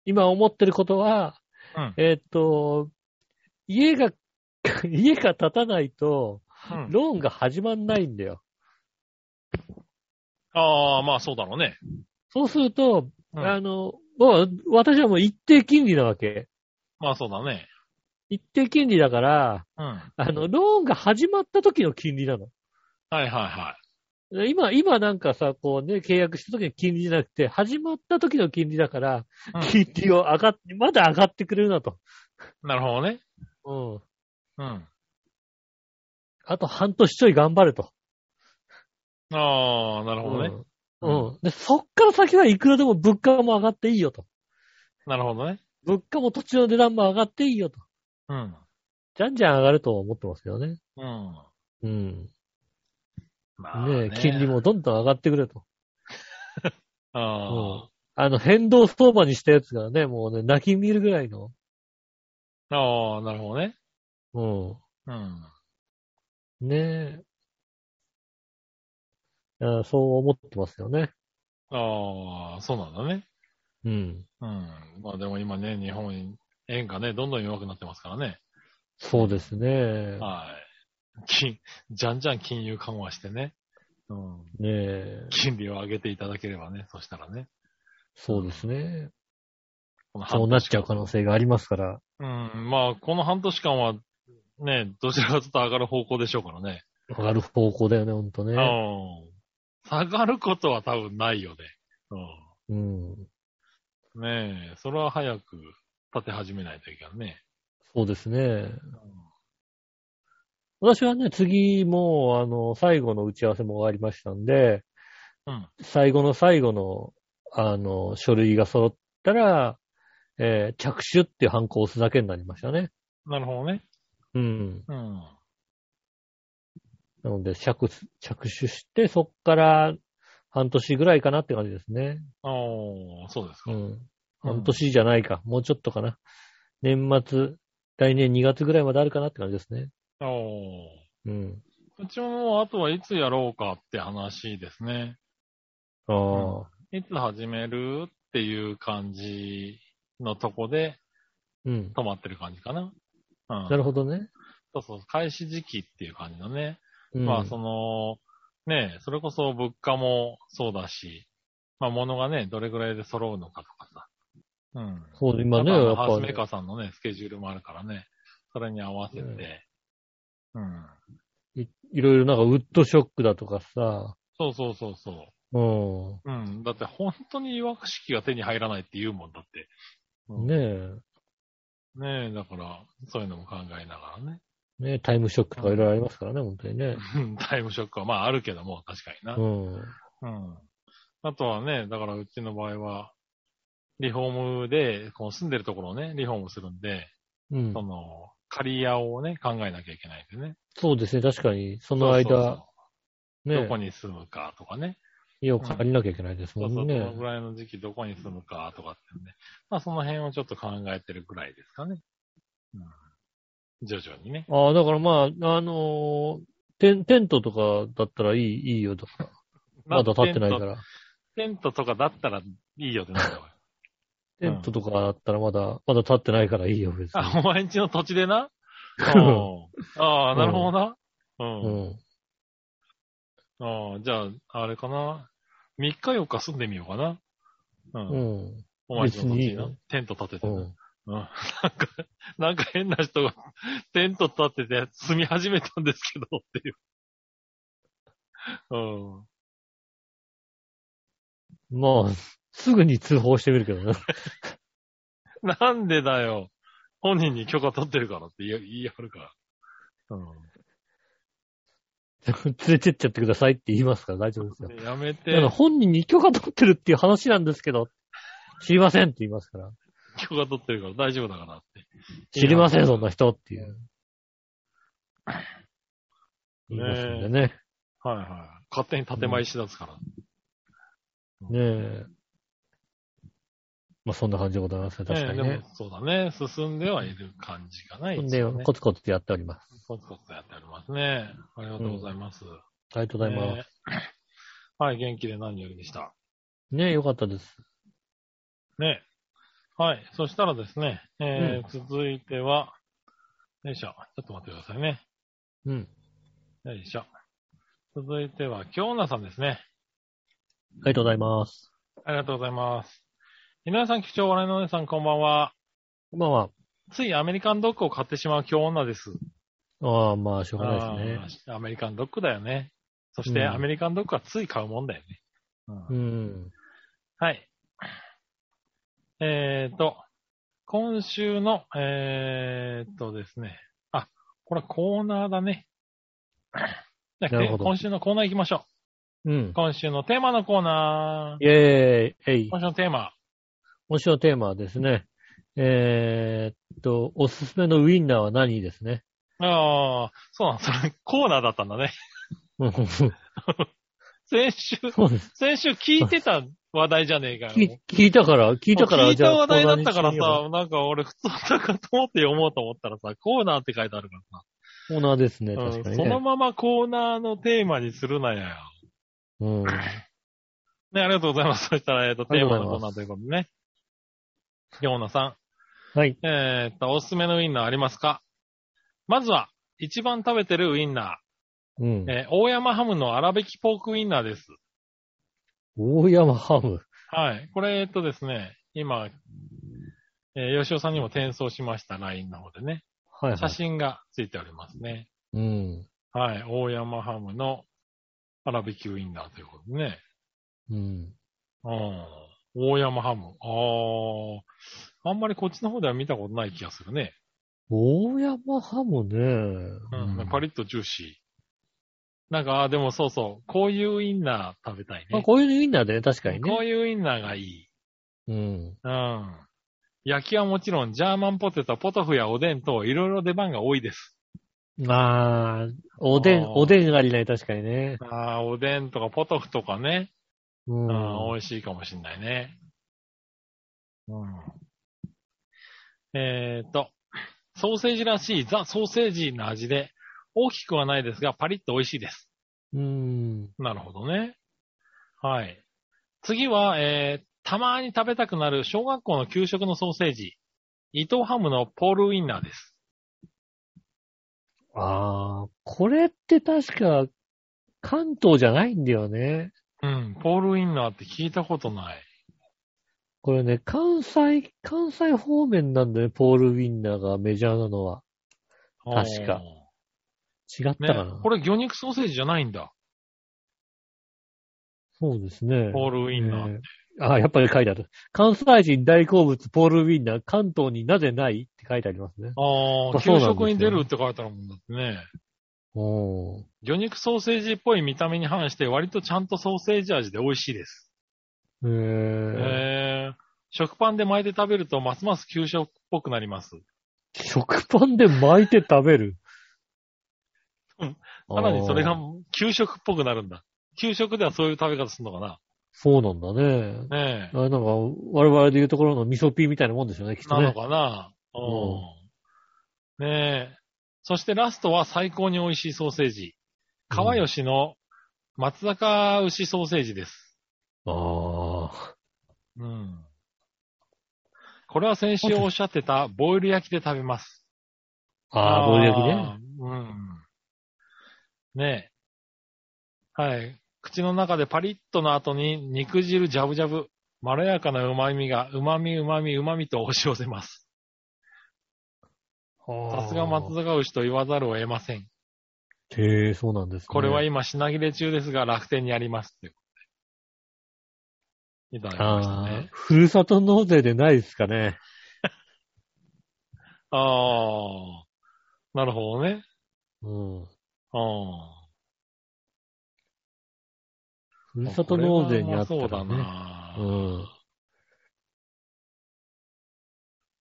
[SPEAKER 2] 今思ってることは、
[SPEAKER 3] うん
[SPEAKER 2] えーっと、家が、 家が建たないと、
[SPEAKER 3] うん
[SPEAKER 2] ローンが始まんないんだよ。
[SPEAKER 3] ああ、まあそうだろうね。
[SPEAKER 2] そうすると、
[SPEAKER 3] うん
[SPEAKER 2] あの、もう私はもう一定金利なわけ。
[SPEAKER 3] まあそうだね。
[SPEAKER 2] 一定金利だから、
[SPEAKER 3] うん。
[SPEAKER 2] あの、ローンが始まった時の金利なの。
[SPEAKER 3] はいはいは
[SPEAKER 2] 今、今なんかさ、こうね、契約した時の金利じゃなくて、始まった時の金利だから
[SPEAKER 3] うん、
[SPEAKER 2] 金利を上がっ、まだ上がってくれるなと。
[SPEAKER 3] い。なるほどね。
[SPEAKER 2] うん。
[SPEAKER 3] うん。
[SPEAKER 2] あと半年ちょい頑張ると。
[SPEAKER 3] ああ、なるほどね。
[SPEAKER 2] うん。うん。で、そっから先はいくらでも物価も上がっていいよと。
[SPEAKER 3] なるほどね。
[SPEAKER 2] 物価も土地の値段も上がっていいよと。
[SPEAKER 3] うん。
[SPEAKER 2] じゃんじゃん上がると思ってますけどね。
[SPEAKER 3] うん。
[SPEAKER 2] うん。
[SPEAKER 3] まあ
[SPEAKER 2] ねえ金利。もどんどん上がってくれと。
[SPEAKER 3] あ
[SPEAKER 2] あの、変動相場にしたやつがね、もうね、泣き見るぐらいの。
[SPEAKER 3] あ。ああ、なるほどね。
[SPEAKER 2] うん。
[SPEAKER 3] うん。
[SPEAKER 2] ねえ。あそう思ってますよね。
[SPEAKER 3] ああ、そうなんだね。
[SPEAKER 2] うん。
[SPEAKER 3] うん。まあでも今ね、日本円がね、どんどん弱くなってますからね。
[SPEAKER 2] そうですね。
[SPEAKER 3] はい。金、じゃんじゃん金融緩和してね。うん。
[SPEAKER 2] ねえ。
[SPEAKER 3] 金利を上げていただければね、そしたらね。
[SPEAKER 2] そうですね。
[SPEAKER 3] この
[SPEAKER 2] そう
[SPEAKER 3] 半
[SPEAKER 2] なっちゃう可能性がありますから。
[SPEAKER 3] うん。まあ、この半年間は、ね、どちらかというと上がる方向でしょうからね。
[SPEAKER 2] 上がる方向だよね、ほんとね。
[SPEAKER 3] うん。下がることは多分ないよね。うん。
[SPEAKER 2] うん。
[SPEAKER 3] ねえ、それは早く立て始めないといけないね。
[SPEAKER 2] そうですね。私はね、次もう、あの、最後の打ち合わせも終わりましたんで、
[SPEAKER 3] うん
[SPEAKER 2] 最後の最後の、あの、書類が揃ったら、えー着手っていうハンコを押すだけになりましたね。
[SPEAKER 3] なるほどね。
[SPEAKER 2] うん。
[SPEAKER 3] うん。
[SPEAKER 2] なので、着手、着手して、そっから半年ぐらいかなって感じですね。
[SPEAKER 3] おー、そうですか。
[SPEAKER 2] う
[SPEAKER 3] うん
[SPEAKER 2] ん。半年じゃないか。もうちょっとかな。年末、来年2月ぐらいまであるかなって感じですね。
[SPEAKER 3] お
[SPEAKER 2] うん。
[SPEAKER 3] ー。うちももうあとはいつやろうかって話ですね。
[SPEAKER 2] ああ、
[SPEAKER 3] いつ始めるっていう感じのとこで
[SPEAKER 2] うん。
[SPEAKER 3] 止まってる感じかな。うん。
[SPEAKER 2] なるほどね。
[SPEAKER 3] そうそう、開始時期っていう感じのね。
[SPEAKER 2] うん、
[SPEAKER 3] まあ、その、ねえ、それこそ物価もそうだし、まあ、物がね、どれぐらいで揃うのかとかさ。うん。
[SPEAKER 2] そう、今ね、
[SPEAKER 3] あとあの
[SPEAKER 2] やっ
[SPEAKER 3] ハウ
[SPEAKER 2] ぱ
[SPEAKER 3] スメー
[SPEAKER 2] ね、
[SPEAKER 3] カーさんのね、スケジュールもあるからね、それに合わせて、うん。
[SPEAKER 2] いいろいろなんかウッドショックだとかさ、
[SPEAKER 3] そうそうそうそ
[SPEAKER 2] うん。
[SPEAKER 3] う。うん。だって本当にいわく式が手に入らないって言うもんだって。うん
[SPEAKER 2] ねえ、
[SPEAKER 3] ねえ、だから、そういうのも考えながらね。
[SPEAKER 2] ねえタイムショックとかいろいろありますからね、本当にね。
[SPEAKER 3] うんタイムショックはまああるけども、確かにな
[SPEAKER 2] う。ん。
[SPEAKER 3] うん。あとはね、だからうちの場合は、リフォームで、この住んでるところをね、リフォームするんで、
[SPEAKER 2] うん
[SPEAKER 3] そ。の、借り屋をね、考えなきゃいけないんですね。
[SPEAKER 2] そうですね、確かに、その間、
[SPEAKER 3] そうそうそうど
[SPEAKER 2] ね
[SPEAKER 3] こ、に住むかとかね。
[SPEAKER 2] 家を借りなきゃいけないです
[SPEAKER 3] そ
[SPEAKER 2] も
[SPEAKER 3] うそ
[SPEAKER 2] ん
[SPEAKER 3] う、
[SPEAKER 2] ね。
[SPEAKER 3] どのぐらいの時期どこに住むかとかってね。まあその辺をちょっと考えてるぐらいですかね。うん。徐々にね。
[SPEAKER 2] ああ、だからまあ、あのーテン、テントとかだったらいい、いいよとか。まだ立ってないか
[SPEAKER 3] まあ
[SPEAKER 2] ら。
[SPEAKER 3] テント。テントとかだったらいいよってなんだよ。
[SPEAKER 2] テントとかだったらまだ、まだ立ってないからいいよ、別に。
[SPEAKER 3] あ、お前んちの土地でな
[SPEAKER 2] うん
[SPEAKER 3] おうああ、なるほどな。うん。
[SPEAKER 2] うん。
[SPEAKER 3] ああ、じゃあ、あれかな。3日4日住んでみようかな。うん。
[SPEAKER 2] うん。
[SPEAKER 3] お前んちの
[SPEAKER 2] 別
[SPEAKER 3] 土
[SPEAKER 2] にい
[SPEAKER 3] 地
[SPEAKER 2] い
[SPEAKER 3] の
[SPEAKER 2] よ
[SPEAKER 3] テント立てて
[SPEAKER 2] う
[SPEAKER 3] な。
[SPEAKER 2] ん。
[SPEAKER 3] うん なんか、なんか変な人がテント立ってて住み始めたんですけどっていう。うん。
[SPEAKER 2] まあ、すぐに通報してみるけどね。
[SPEAKER 3] なんでだよ。本人に許可取ってるからって言い言い張るから。
[SPEAKER 2] 連れてっちゃってくださいって言いますから大丈夫ですよ。
[SPEAKER 3] うん。やめて
[SPEAKER 2] だから、本人に許可取ってるっていう話なんですけど、知りませんって言いますから。
[SPEAKER 3] 許可取ってるから大丈夫だからって。
[SPEAKER 2] 知りません、
[SPEAKER 3] いや
[SPEAKER 2] そんな人っていう。言いますんでね。
[SPEAKER 3] はいはい。勝手に建前しだすから。
[SPEAKER 2] ねえ。まあそんな感じでございますね、確かに
[SPEAKER 3] ええ
[SPEAKER 2] ね
[SPEAKER 3] で。もそうだね。進んではいる感じがない
[SPEAKER 2] で、
[SPEAKER 3] ね。
[SPEAKER 2] コツコツやっております。
[SPEAKER 3] コツコツやっておりますね。ありがとうございます。
[SPEAKER 2] ありがとうございます。
[SPEAKER 3] ねはい、元気で何よりでした。
[SPEAKER 2] ねえ、よかったです。
[SPEAKER 3] ね。はい、そしたらですね、えー続いては、よいしょ、ちょっと待ってくださいね。
[SPEAKER 2] うん。
[SPEAKER 3] よいしょ。続いては、京奈さんですね。
[SPEAKER 2] ありがとうございます。
[SPEAKER 3] ありがとうございます。井上さん、局長、笑いのお姉さん、こんばんは。
[SPEAKER 2] こんばんは。
[SPEAKER 3] ついアメリカンドッグを買ってしまう京女です。
[SPEAKER 2] ああ、まあ、しょうがないですね。
[SPEAKER 3] あーアメリカンドッグだよね。そして、
[SPEAKER 2] うん
[SPEAKER 3] アメリカンドッグはつい買うもんだよね。うん
[SPEAKER 2] うん。
[SPEAKER 3] はい。えーと、今週の、えーとですね。あ、これはコーナーだね。じゃ
[SPEAKER 2] なるほ
[SPEAKER 3] あ、
[SPEAKER 2] ど
[SPEAKER 3] 今週のコーナー行きましょ
[SPEAKER 2] うん
[SPEAKER 3] う。。今週のテーマのコーナー。
[SPEAKER 2] イェーイ、えい。
[SPEAKER 3] 今週のテーマ。
[SPEAKER 2] 今週のテーマはですね、えーっと、おすすめのウィンナーは何ですね。
[SPEAKER 3] ああ、そうなん、それコーナーだったんだね。
[SPEAKER 2] うん
[SPEAKER 3] 先週、
[SPEAKER 2] そうです。
[SPEAKER 3] 先週聞いてた話題じゃねえかよ。
[SPEAKER 2] 聞聞いたから、聞いたから、
[SPEAKER 3] 聞いた話題だったから
[SPEAKER 2] コーナーにしよ
[SPEAKER 3] さ、なんか俺普通だかと思って読もうと思ったらさ、コーナーって書いてあるからさ。
[SPEAKER 2] う。コーナーですね、
[SPEAKER 3] うん
[SPEAKER 2] 確かに
[SPEAKER 3] その
[SPEAKER 2] ね。
[SPEAKER 3] ままコーナーのテーマにするなよ。
[SPEAKER 2] うん。
[SPEAKER 3] ね、ありがとうございます。そしたら、えっ、と、
[SPEAKER 2] あ
[SPEAKER 3] テ
[SPEAKER 2] り
[SPEAKER 3] ー
[SPEAKER 2] がと
[SPEAKER 3] マ
[SPEAKER 2] う
[SPEAKER 3] のコ
[SPEAKER 2] ございま
[SPEAKER 3] ーナーということでね。ヨーナさ
[SPEAKER 2] はい。
[SPEAKER 3] ん、えーっと、おすすめのウインナーありますかまずは、一番食べてるウインナ
[SPEAKER 2] うん
[SPEAKER 3] ー、。えー大山ハムの粗挽きポークウインナーです。
[SPEAKER 2] 大山ハム。
[SPEAKER 3] はい。これ、えっとですね、今、えー吉尾さんにも転送しました LINE の方でね、
[SPEAKER 2] はい、は
[SPEAKER 3] 写
[SPEAKER 2] い。
[SPEAKER 3] 真がついておりますね。
[SPEAKER 2] うん。
[SPEAKER 3] はい。大山ハムの粗挽きウインナーということでね。
[SPEAKER 2] うん。
[SPEAKER 3] うん。大山ハム。ああ。あんまりこっちの方では見たことない気がするね。
[SPEAKER 2] 大山ハムね。
[SPEAKER 3] うん。パリッとジューシー。なんか、あーでもそうそう。こういうウインナー食べたいね。
[SPEAKER 2] まあ、こういうウィンナーでね、確かに
[SPEAKER 3] こ
[SPEAKER 2] ね。
[SPEAKER 3] ういうウインナーがいい。
[SPEAKER 2] うん。
[SPEAKER 3] うん。焼きはもちろん、ジャーマンポテト、ポトフやおでんと、いろいろ出番が多いです。
[SPEAKER 2] まあ、おでん、
[SPEAKER 3] あー
[SPEAKER 2] おでんありない、確かにね。
[SPEAKER 3] ああ、おでんとかポトフとかね。
[SPEAKER 2] う。
[SPEAKER 3] うんん、美味しいかもしんないね。うん。えーっと、ソーセージらしいザ・ソーセージの味で、大きくはないですが、パリッと美味しいです。
[SPEAKER 2] うん。
[SPEAKER 3] なるほどね。はい。次は、えー、たまに食べたくなる小学校の給食のソーセージ、伊藤ハムのポールウインナーです。
[SPEAKER 2] ああ、これって確か、関東じゃないんだよね。
[SPEAKER 3] うん、ポールウインナーって聞いたことない。
[SPEAKER 2] これね、関西、関西方面なんだよね、ポールウィンナーがメジャーなのは。確か違った
[SPEAKER 3] おー。
[SPEAKER 2] かな、
[SPEAKER 3] ね、これ魚肉ソーセージじゃないんだ。
[SPEAKER 2] そうですね。
[SPEAKER 3] ポールウインナー。
[SPEAKER 2] えーあーやっぱり書いてある。関西人大好物、ポールウィンナー、関東になぜないって書いてありますね。
[SPEAKER 3] ああ、
[SPEAKER 2] あそう
[SPEAKER 3] 給
[SPEAKER 2] なんですよ
[SPEAKER 3] 食に出るって書いてあるもんだってね。
[SPEAKER 2] おー
[SPEAKER 3] 魚肉ソーセージっぽい見た目に反して、割とちゃんとソーセージ味で美味しいです。
[SPEAKER 2] えー
[SPEAKER 3] へえ。食パンで巻いて食べるとますます給食っぽくなります。
[SPEAKER 2] 食パンで巻いて食べる。
[SPEAKER 3] うんさらにそれ
[SPEAKER 2] あ
[SPEAKER 3] が
[SPEAKER 2] ー。
[SPEAKER 3] 給食っぽくなるんだ。給食ではそういう食べ方するのか
[SPEAKER 2] そうなんだね。
[SPEAKER 3] なねえ。
[SPEAKER 2] あれなんか、我々で言うところの味噌ピーみたいなもんですよね、きっと
[SPEAKER 3] なの
[SPEAKER 2] ね。
[SPEAKER 3] かなうん。ねえ。そしてラストは最高に美味しいソーセージ。川吉の松坂牛ソーセージです。
[SPEAKER 2] ああ。
[SPEAKER 3] うん。これは先週おっしゃってたボイル焼きで食べます。
[SPEAKER 2] ああ、ボイル焼きね。
[SPEAKER 3] ね。うん。ねえ。はい。口の中でパリッとの後に肉汁ジャブジャブ。まろやかな旨味が、旨味旨味旨味と押し寄せます。さすが松
[SPEAKER 2] 崎。
[SPEAKER 3] 坂牛と言わざるを得ません。
[SPEAKER 2] へえ、そうなんですね。
[SPEAKER 3] これはい
[SPEAKER 2] い。
[SPEAKER 3] 今品切れ中ですが楽天にあります。ということでいただきました
[SPEAKER 2] ああ
[SPEAKER 3] ね。、
[SPEAKER 2] ふるさと納税でないですかね。
[SPEAKER 3] ああ。なるほどね。
[SPEAKER 2] うん。
[SPEAKER 3] あ
[SPEAKER 2] ふ
[SPEAKER 3] あ。
[SPEAKER 2] るさと納税にあった
[SPEAKER 3] これは
[SPEAKER 2] ら
[SPEAKER 3] まそうだ
[SPEAKER 2] ね。
[SPEAKER 3] な。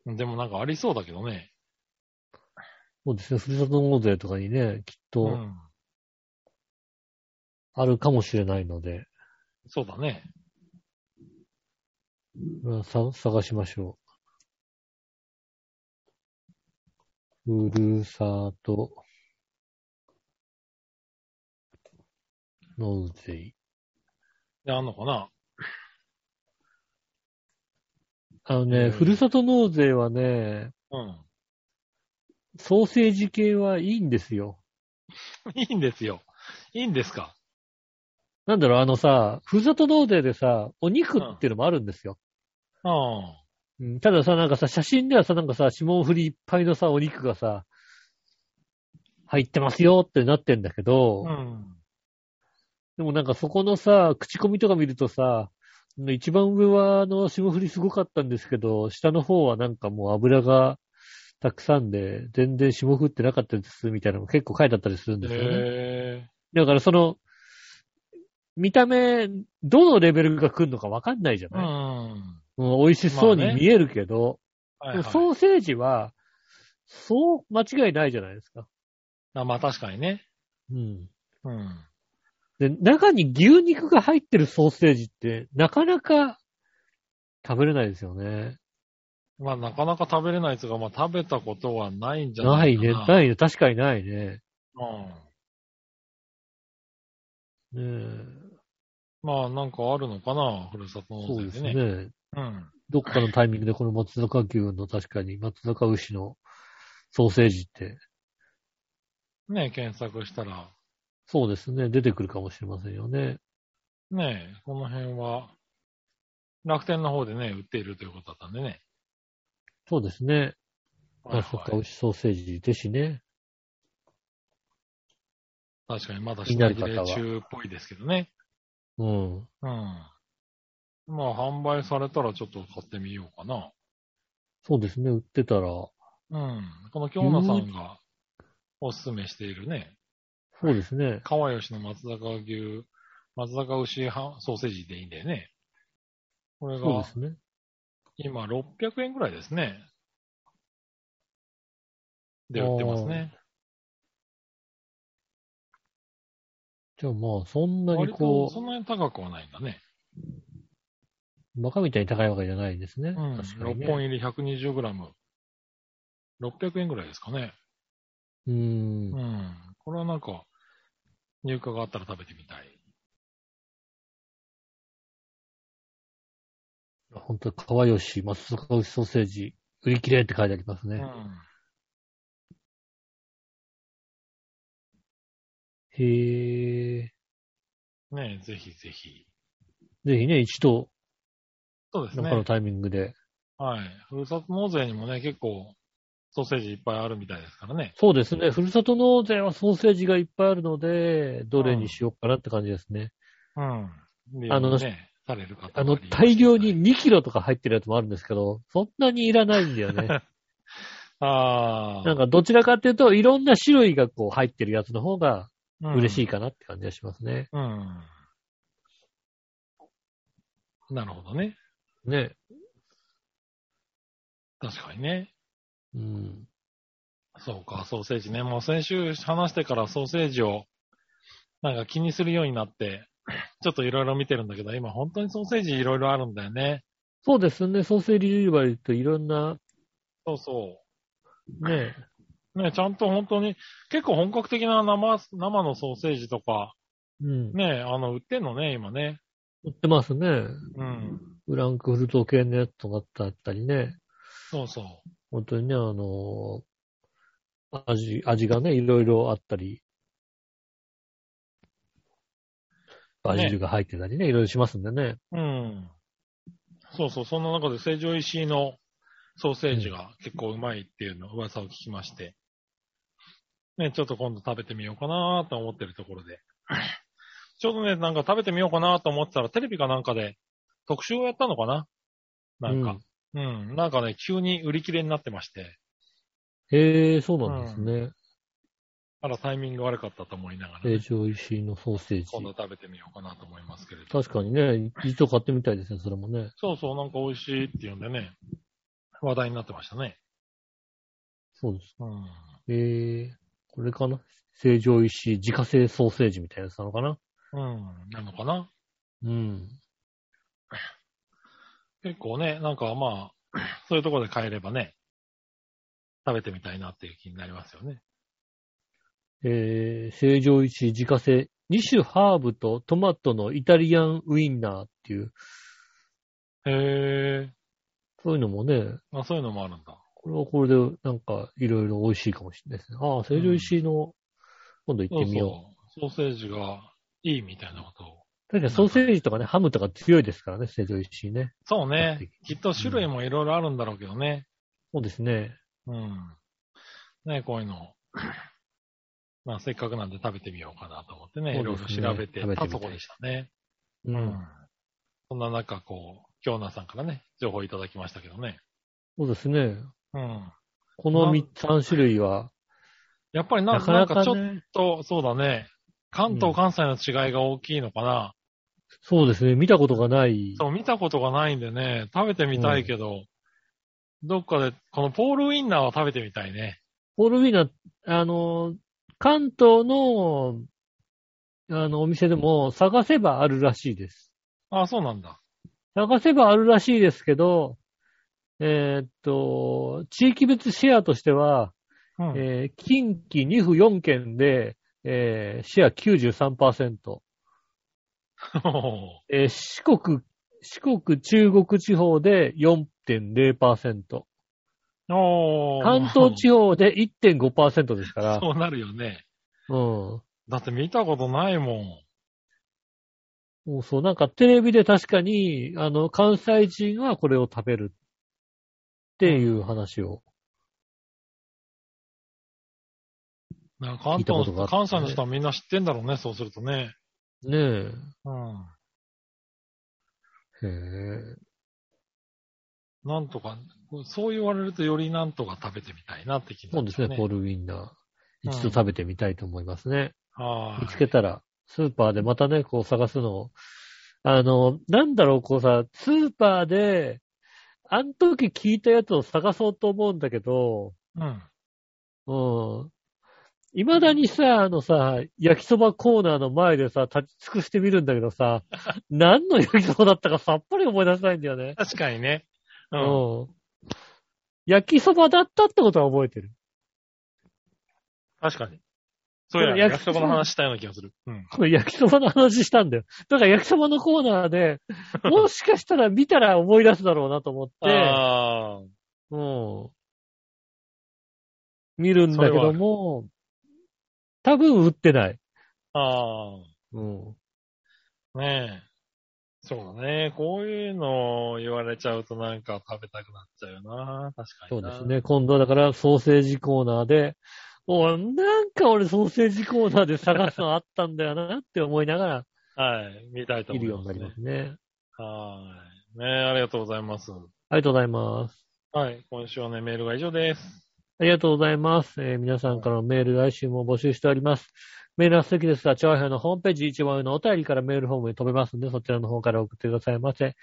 [SPEAKER 2] うん。
[SPEAKER 3] でもなんかありそうだけどね。
[SPEAKER 2] そうですね。ふるさと納税とかにね、きっ
[SPEAKER 3] う
[SPEAKER 2] と
[SPEAKER 3] ん
[SPEAKER 2] あるかもしれないので、
[SPEAKER 3] そうだね。
[SPEAKER 2] うんさ探しましょう。ふるさと納税。
[SPEAKER 3] で、あんのかな
[SPEAKER 2] あのね、
[SPEAKER 3] うん
[SPEAKER 2] ふるさと納税はね、
[SPEAKER 3] うん。
[SPEAKER 2] ソーセージ系はいいんですよ。
[SPEAKER 3] いいんですよ。いいんですか
[SPEAKER 2] なんだろう、あのさ、ふるさと納税でさ、お肉っていうのもあるんですよ。
[SPEAKER 3] うん。
[SPEAKER 2] うんたださ、なんかさ、写真ではさ、なんかさ、霜降りいっぱいのさ、お肉がさ、入ってますよってなってんだけど、
[SPEAKER 3] うん。
[SPEAKER 2] でもなんかそこのさ、口コミとか見るとさ、一番上はあの、霜降りすごかったんですけど、下の方はなんかもう油がたくさんで、全然霜降ってなかったです、みたいなのも結構書いてあったりするんですよね。
[SPEAKER 3] へ
[SPEAKER 2] だからその、見た目、どのレベルが来るのかわかんないじゃ
[SPEAKER 3] ぇうん。
[SPEAKER 2] ない、
[SPEAKER 3] は
[SPEAKER 2] うん美味しそう
[SPEAKER 3] まあ
[SPEAKER 2] に
[SPEAKER 3] ね
[SPEAKER 2] 見えるけど、
[SPEAKER 3] い、はい。
[SPEAKER 2] ソーセージは、そう、間違いないじゃないですか。
[SPEAKER 3] あまあ確かにね。
[SPEAKER 2] うん。
[SPEAKER 3] うん。
[SPEAKER 2] で、中に牛肉が入ってるソーセージって、なかなか食べれないですよね。
[SPEAKER 3] まあなかなか食べれないやつが、まあ食べたことはないんじゃ
[SPEAKER 2] な
[SPEAKER 3] ない
[SPEAKER 2] い
[SPEAKER 3] か
[SPEAKER 2] ね、
[SPEAKER 3] な。い。
[SPEAKER 2] ないね、確かにないね。
[SPEAKER 3] うん。
[SPEAKER 2] ねえ
[SPEAKER 3] まあなんかあるのかなふるさと
[SPEAKER 2] そうで
[SPEAKER 3] 納税
[SPEAKER 2] す
[SPEAKER 3] でね。
[SPEAKER 2] ね。
[SPEAKER 3] うん。
[SPEAKER 2] どっかのタイミングでこの松坂牛の確かに、松坂牛のソーセージって、
[SPEAKER 3] ね検索したら、
[SPEAKER 2] そうですね、出てくるかもしれませんよね。
[SPEAKER 3] ねこの辺は、楽天の方でね、売っているということだったんでね。
[SPEAKER 2] そうですね。
[SPEAKER 3] はい
[SPEAKER 2] 松
[SPEAKER 3] はい
[SPEAKER 2] 坂牛ソーセージですしね。
[SPEAKER 3] 確かにまだ
[SPEAKER 2] 気になる
[SPEAKER 3] 品切
[SPEAKER 2] 方は
[SPEAKER 3] れ中っぽいですけどね。
[SPEAKER 2] うん。
[SPEAKER 3] うん。まあ、販売されたらちょっと買ってみようかな。
[SPEAKER 2] そうですね、売ってたら、
[SPEAKER 3] うん。この京奈さんがおすすめしているね、
[SPEAKER 2] そうですね。
[SPEAKER 3] 川吉の松坂牛、松坂牛はソーセージでいいんだよね。これ
[SPEAKER 2] そうで
[SPEAKER 3] が
[SPEAKER 2] すね。
[SPEAKER 3] 今600円くらいですね。で売ってますね。
[SPEAKER 2] じゃあまあ、そんなに
[SPEAKER 3] 割と
[SPEAKER 2] こ
[SPEAKER 3] そんなに高くはないんだね。
[SPEAKER 2] う、バカみたいに高いわけじゃないですね。
[SPEAKER 3] うん。
[SPEAKER 2] 確かに、
[SPEAKER 3] 6
[SPEAKER 2] ね。
[SPEAKER 3] 本入り 120g。600円くらいですかね。
[SPEAKER 2] うーん
[SPEAKER 3] う。ん。これはなんか、入荷があったら食べてみたい。
[SPEAKER 2] 本当川吉、松坂牛ソーセージ、売り切れって書いてありますね。
[SPEAKER 3] うん。
[SPEAKER 2] へえ。
[SPEAKER 3] ねえ、ぜひぜひ。
[SPEAKER 2] ぜひね、一度、
[SPEAKER 3] そうです
[SPEAKER 2] なんかの
[SPEAKER 3] ね。
[SPEAKER 2] タイミングで。
[SPEAKER 3] はい。ふるさと納税にもね、結構、ソーセージいっぱいあるみたいですからね。
[SPEAKER 2] そうですね。ふるさと納税はソーセージがいっぱいあるので、どれにしようかなって感じですね。
[SPEAKER 3] うん。利
[SPEAKER 2] あの
[SPEAKER 3] 用ね、される方
[SPEAKER 2] あの、
[SPEAKER 3] は利用して
[SPEAKER 2] 大量に。2キロとか入ってるやつもあるんですけど、そんなにいらないんだよね。
[SPEAKER 3] あ
[SPEAKER 2] なんかどちらかっていうと、いろんな種類がこう入ってるやつの方が
[SPEAKER 3] あ、
[SPEAKER 2] 嬉しい
[SPEAKER 3] い。
[SPEAKER 2] かなって感じがしますね。
[SPEAKER 3] うん。なるほどね。
[SPEAKER 2] ね。
[SPEAKER 3] 確かにね。
[SPEAKER 2] うん。
[SPEAKER 3] そうか、ソーセージね。もう先週話してからソーセージを、なんか気にするようになって、ちょっといろいろ見てるんだけど、今本当にソーセージいろいろあるんだよね。
[SPEAKER 2] そうですね。ソーセージ売り場に行くといろんな、
[SPEAKER 3] そうそ
[SPEAKER 2] ね、
[SPEAKER 3] う。ね、ちゃんと本当に、結構本格的な生、生のソーセージとか、
[SPEAKER 2] うん、
[SPEAKER 3] ね、あの、売ってんのね、今ね。
[SPEAKER 2] 売ってますね。
[SPEAKER 3] うん。
[SPEAKER 2] フランクフルト系のやつとかってあったりね。
[SPEAKER 3] そうそう。
[SPEAKER 2] 本当にね、あのー味、味がね、いろいろあったり、バジルが入ってたりね、いろいろしますんでね。
[SPEAKER 3] うん。そうそう、そんな中で成城石井のソーセージが結構うまいっていうの噂を聞きまして、ね、ちょっと今度食べてみようかなと思ってるところで。 ちょうどね、なんか食べてみようかなと思ってたら、テレビかなんかで特集をやったのかななんか、うん、なんかね、急に売り切れになってまして、
[SPEAKER 2] へえ、そうなんですね。
[SPEAKER 3] あらタイミング悪かったと思いながら、
[SPEAKER 2] 成城石井のソーセージ。
[SPEAKER 3] 今度食べてみようかなと思いますけれど。
[SPEAKER 2] 確かにね、一度買ってみたいですね、それもね。
[SPEAKER 3] そうそう、なんか美味しいっていうんでね、話題になってましたね。
[SPEAKER 2] そうです。
[SPEAKER 3] うん。
[SPEAKER 2] ええ、これかな成城石井自家製ソーセージみたいなやつなのかな
[SPEAKER 3] うん、なのかな
[SPEAKER 2] うん。
[SPEAKER 3] 結構ね、なんかまあ、 そういうところで買えればね、食べてみたいなっていう気になりますよね。
[SPEAKER 2] えー、成城石井自家製、2種ハーブとトマトのイタリアンウインナーっていう、
[SPEAKER 3] へえ。
[SPEAKER 2] そういうのもね、
[SPEAKER 3] あ、そういうのもあるんだ。
[SPEAKER 2] これはこれでなんかいろいろ美味しいかもしれないですね。ああ、成城石井の、今度行
[SPEAKER 3] そ
[SPEAKER 2] っ
[SPEAKER 3] う
[SPEAKER 2] てみよ
[SPEAKER 3] そう。ソーセージがいいみたいなことを。
[SPEAKER 2] う。確かにソーセージとかね、ハムとか強いですからね、成城石井ね。
[SPEAKER 3] そう
[SPEAKER 2] やって
[SPEAKER 3] ね
[SPEAKER 2] い。
[SPEAKER 3] きっと種類もいろいろあるんだろうけどね。
[SPEAKER 2] そうですね。
[SPEAKER 3] うん。ね、こういうのを。 まあ、せっかくなんで食べてみようかなと思ってね、い
[SPEAKER 2] そ
[SPEAKER 3] ろ
[SPEAKER 2] う
[SPEAKER 3] い
[SPEAKER 2] で
[SPEAKER 3] ろ
[SPEAKER 2] すね
[SPEAKER 3] 調べて
[SPEAKER 2] 食べて
[SPEAKER 3] た
[SPEAKER 2] みたい
[SPEAKER 3] とこでしたね。
[SPEAKER 2] う。。
[SPEAKER 3] うんそんな中、こう、京奈さんからね、情報いただきましたけどね。
[SPEAKER 2] そうですね。
[SPEAKER 3] うん。
[SPEAKER 2] この
[SPEAKER 3] なん
[SPEAKER 2] 3、3種類は、
[SPEAKER 3] やっぱりな
[SPEAKER 2] なかな
[SPEAKER 3] なんか
[SPEAKER 2] か
[SPEAKER 3] ちょっ
[SPEAKER 2] ね、
[SPEAKER 3] と、そうだね。関
[SPEAKER 2] う
[SPEAKER 3] 東、
[SPEAKER 2] ん
[SPEAKER 3] 関西の違いが大きいのかな。
[SPEAKER 2] そうですね、見たことがない。
[SPEAKER 3] そう、見たことがないんでね、食べてみたいけど、どっかで、このポールウィンナーは食べてみたいね。
[SPEAKER 2] ポールウィーナー、あの、関東の、あの、お店でも探せばあるらしいです。
[SPEAKER 3] あそうなんだ。
[SPEAKER 2] 探せばあるらしいですけど、えーっと、地域別シェアとしては、
[SPEAKER 3] うん。
[SPEAKER 2] えー近畿2府4県で、えーシェア93%、え ー四国、四国、中国地方で4.0%、
[SPEAKER 3] おー
[SPEAKER 2] 関東地方で1.5%ですから、
[SPEAKER 3] そうなるよね。
[SPEAKER 2] うん。
[SPEAKER 3] だって見たことないも
[SPEAKER 2] そうそう、なんかテレビで確かに、あの、関西人はこれを食べるっていう話を。
[SPEAKER 3] ん。なんか関
[SPEAKER 2] 聞いたこ
[SPEAKER 3] 東
[SPEAKER 2] と
[SPEAKER 3] の
[SPEAKER 2] があったね
[SPEAKER 3] 人、関西の人はみんな知ってんだろうね、そうするとね。
[SPEAKER 2] ねえ。
[SPEAKER 3] うん。
[SPEAKER 2] へえ。
[SPEAKER 3] なんとか、そう言われるとよりなんとか食べてみたいなって気に
[SPEAKER 2] そ
[SPEAKER 3] な
[SPEAKER 2] う
[SPEAKER 3] っ
[SPEAKER 2] で
[SPEAKER 3] ち
[SPEAKER 2] す
[SPEAKER 3] ゃ
[SPEAKER 2] ね、ポールウィンナー。一度食べてみたいと思いますね。
[SPEAKER 3] はい
[SPEAKER 2] 見つけたら、スーパーでまたね、こう探すのを。あの、なんだろう、こうさ、スーパーで、あの時聞いたやつを探そうと思うんだけど、
[SPEAKER 3] うん。
[SPEAKER 2] うん。未だにさ、あのさ、焼きそばコーナーの前でさ、立ち尽くしてみるんだけど さ、何の焼きそばだったかさっぱり思い出せないんだよね。
[SPEAKER 3] 確かにね。う。
[SPEAKER 2] うんん。焼きそばだったってことは覚えてる。
[SPEAKER 3] 確かに。そうや、
[SPEAKER 2] 焼
[SPEAKER 3] 焼
[SPEAKER 2] き
[SPEAKER 3] き
[SPEAKER 2] そ
[SPEAKER 3] そ
[SPEAKER 2] ば
[SPEAKER 3] ばの話したような気がする。うん。
[SPEAKER 2] これ焼きそばの話したんだよ。だから焼きそばのコーナー で、もしかしたら見たら思い出すだろうなと思って、
[SPEAKER 3] ああ。
[SPEAKER 2] うん。見るんだけども、多分売ってない。
[SPEAKER 3] あ
[SPEAKER 2] うん。
[SPEAKER 3] あ。ねえ。そうだね。こういうのを言われちゃうとなんか食べたくなっちゃうよな。確か
[SPEAKER 2] そ
[SPEAKER 3] に
[SPEAKER 2] う
[SPEAKER 3] な。
[SPEAKER 2] です。ね。今度はだからソーセージコーナーで、おいなんか俺ソーセージコーナーで探すのあったんだよなって思いながら
[SPEAKER 3] はい。見たいと
[SPEAKER 2] 見
[SPEAKER 3] 思
[SPEAKER 2] る
[SPEAKER 3] い
[SPEAKER 2] ように
[SPEAKER 3] ま
[SPEAKER 2] な
[SPEAKER 3] す、
[SPEAKER 2] り
[SPEAKER 3] ね
[SPEAKER 2] ま。すね。
[SPEAKER 3] はい。ねえ、ありがとうございます。
[SPEAKER 2] ありがとうございます。
[SPEAKER 3] はい。今週はね、メールが以上です。
[SPEAKER 2] ありがとうございます。えー皆さんからのメール来週も募集しております。メールは素敵ですが、チャワヘアのホームページ一番上のお便りからメールフォームに飛べますので、そちらの方から送ってくださいませ。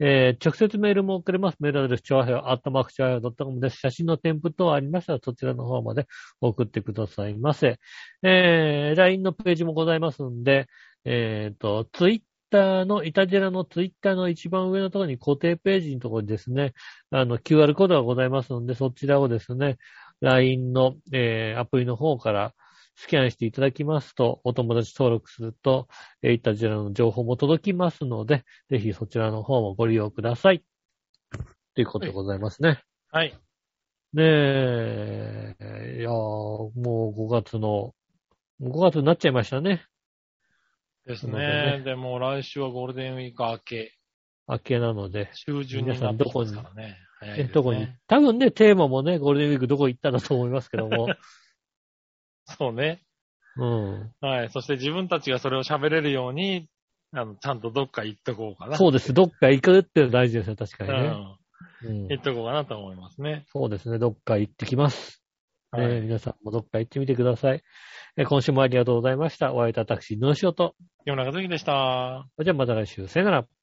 [SPEAKER 2] えー直接メールも送れます。メールアドレス、チャワヘア、アットマークチャワヘア .com です。写真の添付等ありましたら、そちらの方まで送ってくださいませ。えー LINE のページもございますんで、えっ、と、ツイッターの、イタジェラのツイッターの一番上のところに固定ページのところにですね、あの、QR コードがございますので、そちらをですね、LINE の、えーアプリの方からスキャンしていただきますと、お友達登録すると、えーイタジェラの情報も届きますので、ぜひそちらの方もご利用ください。ということでございますね。
[SPEAKER 3] はい。
[SPEAKER 2] ねえ、いやーもう5月の、5月になっちゃいましたね。
[SPEAKER 3] です
[SPEAKER 2] そうだ
[SPEAKER 3] ね。でも来週はゴールデンウィーク明け、
[SPEAKER 2] 明けなので。
[SPEAKER 3] 中旬になってますからね。早いですね。
[SPEAKER 2] どこに、多分ね、テーマもね、ゴールデンウィークどこ行ったんだと思いますけど も。
[SPEAKER 3] そうね。
[SPEAKER 2] うん。
[SPEAKER 3] はい。そして自分たちがそれを喋れるように、あの、ちゃんとどっか行っとこうかな。
[SPEAKER 2] そうです。どっか行くっていうの大事ですね、確か
[SPEAKER 3] う
[SPEAKER 2] にね。
[SPEAKER 3] ん。
[SPEAKER 2] うん
[SPEAKER 3] 行っとこうかなと思いますね。
[SPEAKER 2] そうですね、どっか行ってきます。
[SPEAKER 3] はい。
[SPEAKER 2] ね皆さんもどっか行ってみてください。えー今週もありがとうございました。お会いいたタクシーのしおと。
[SPEAKER 3] 今日中継でした。
[SPEAKER 2] じゃあまた来週、さよなら。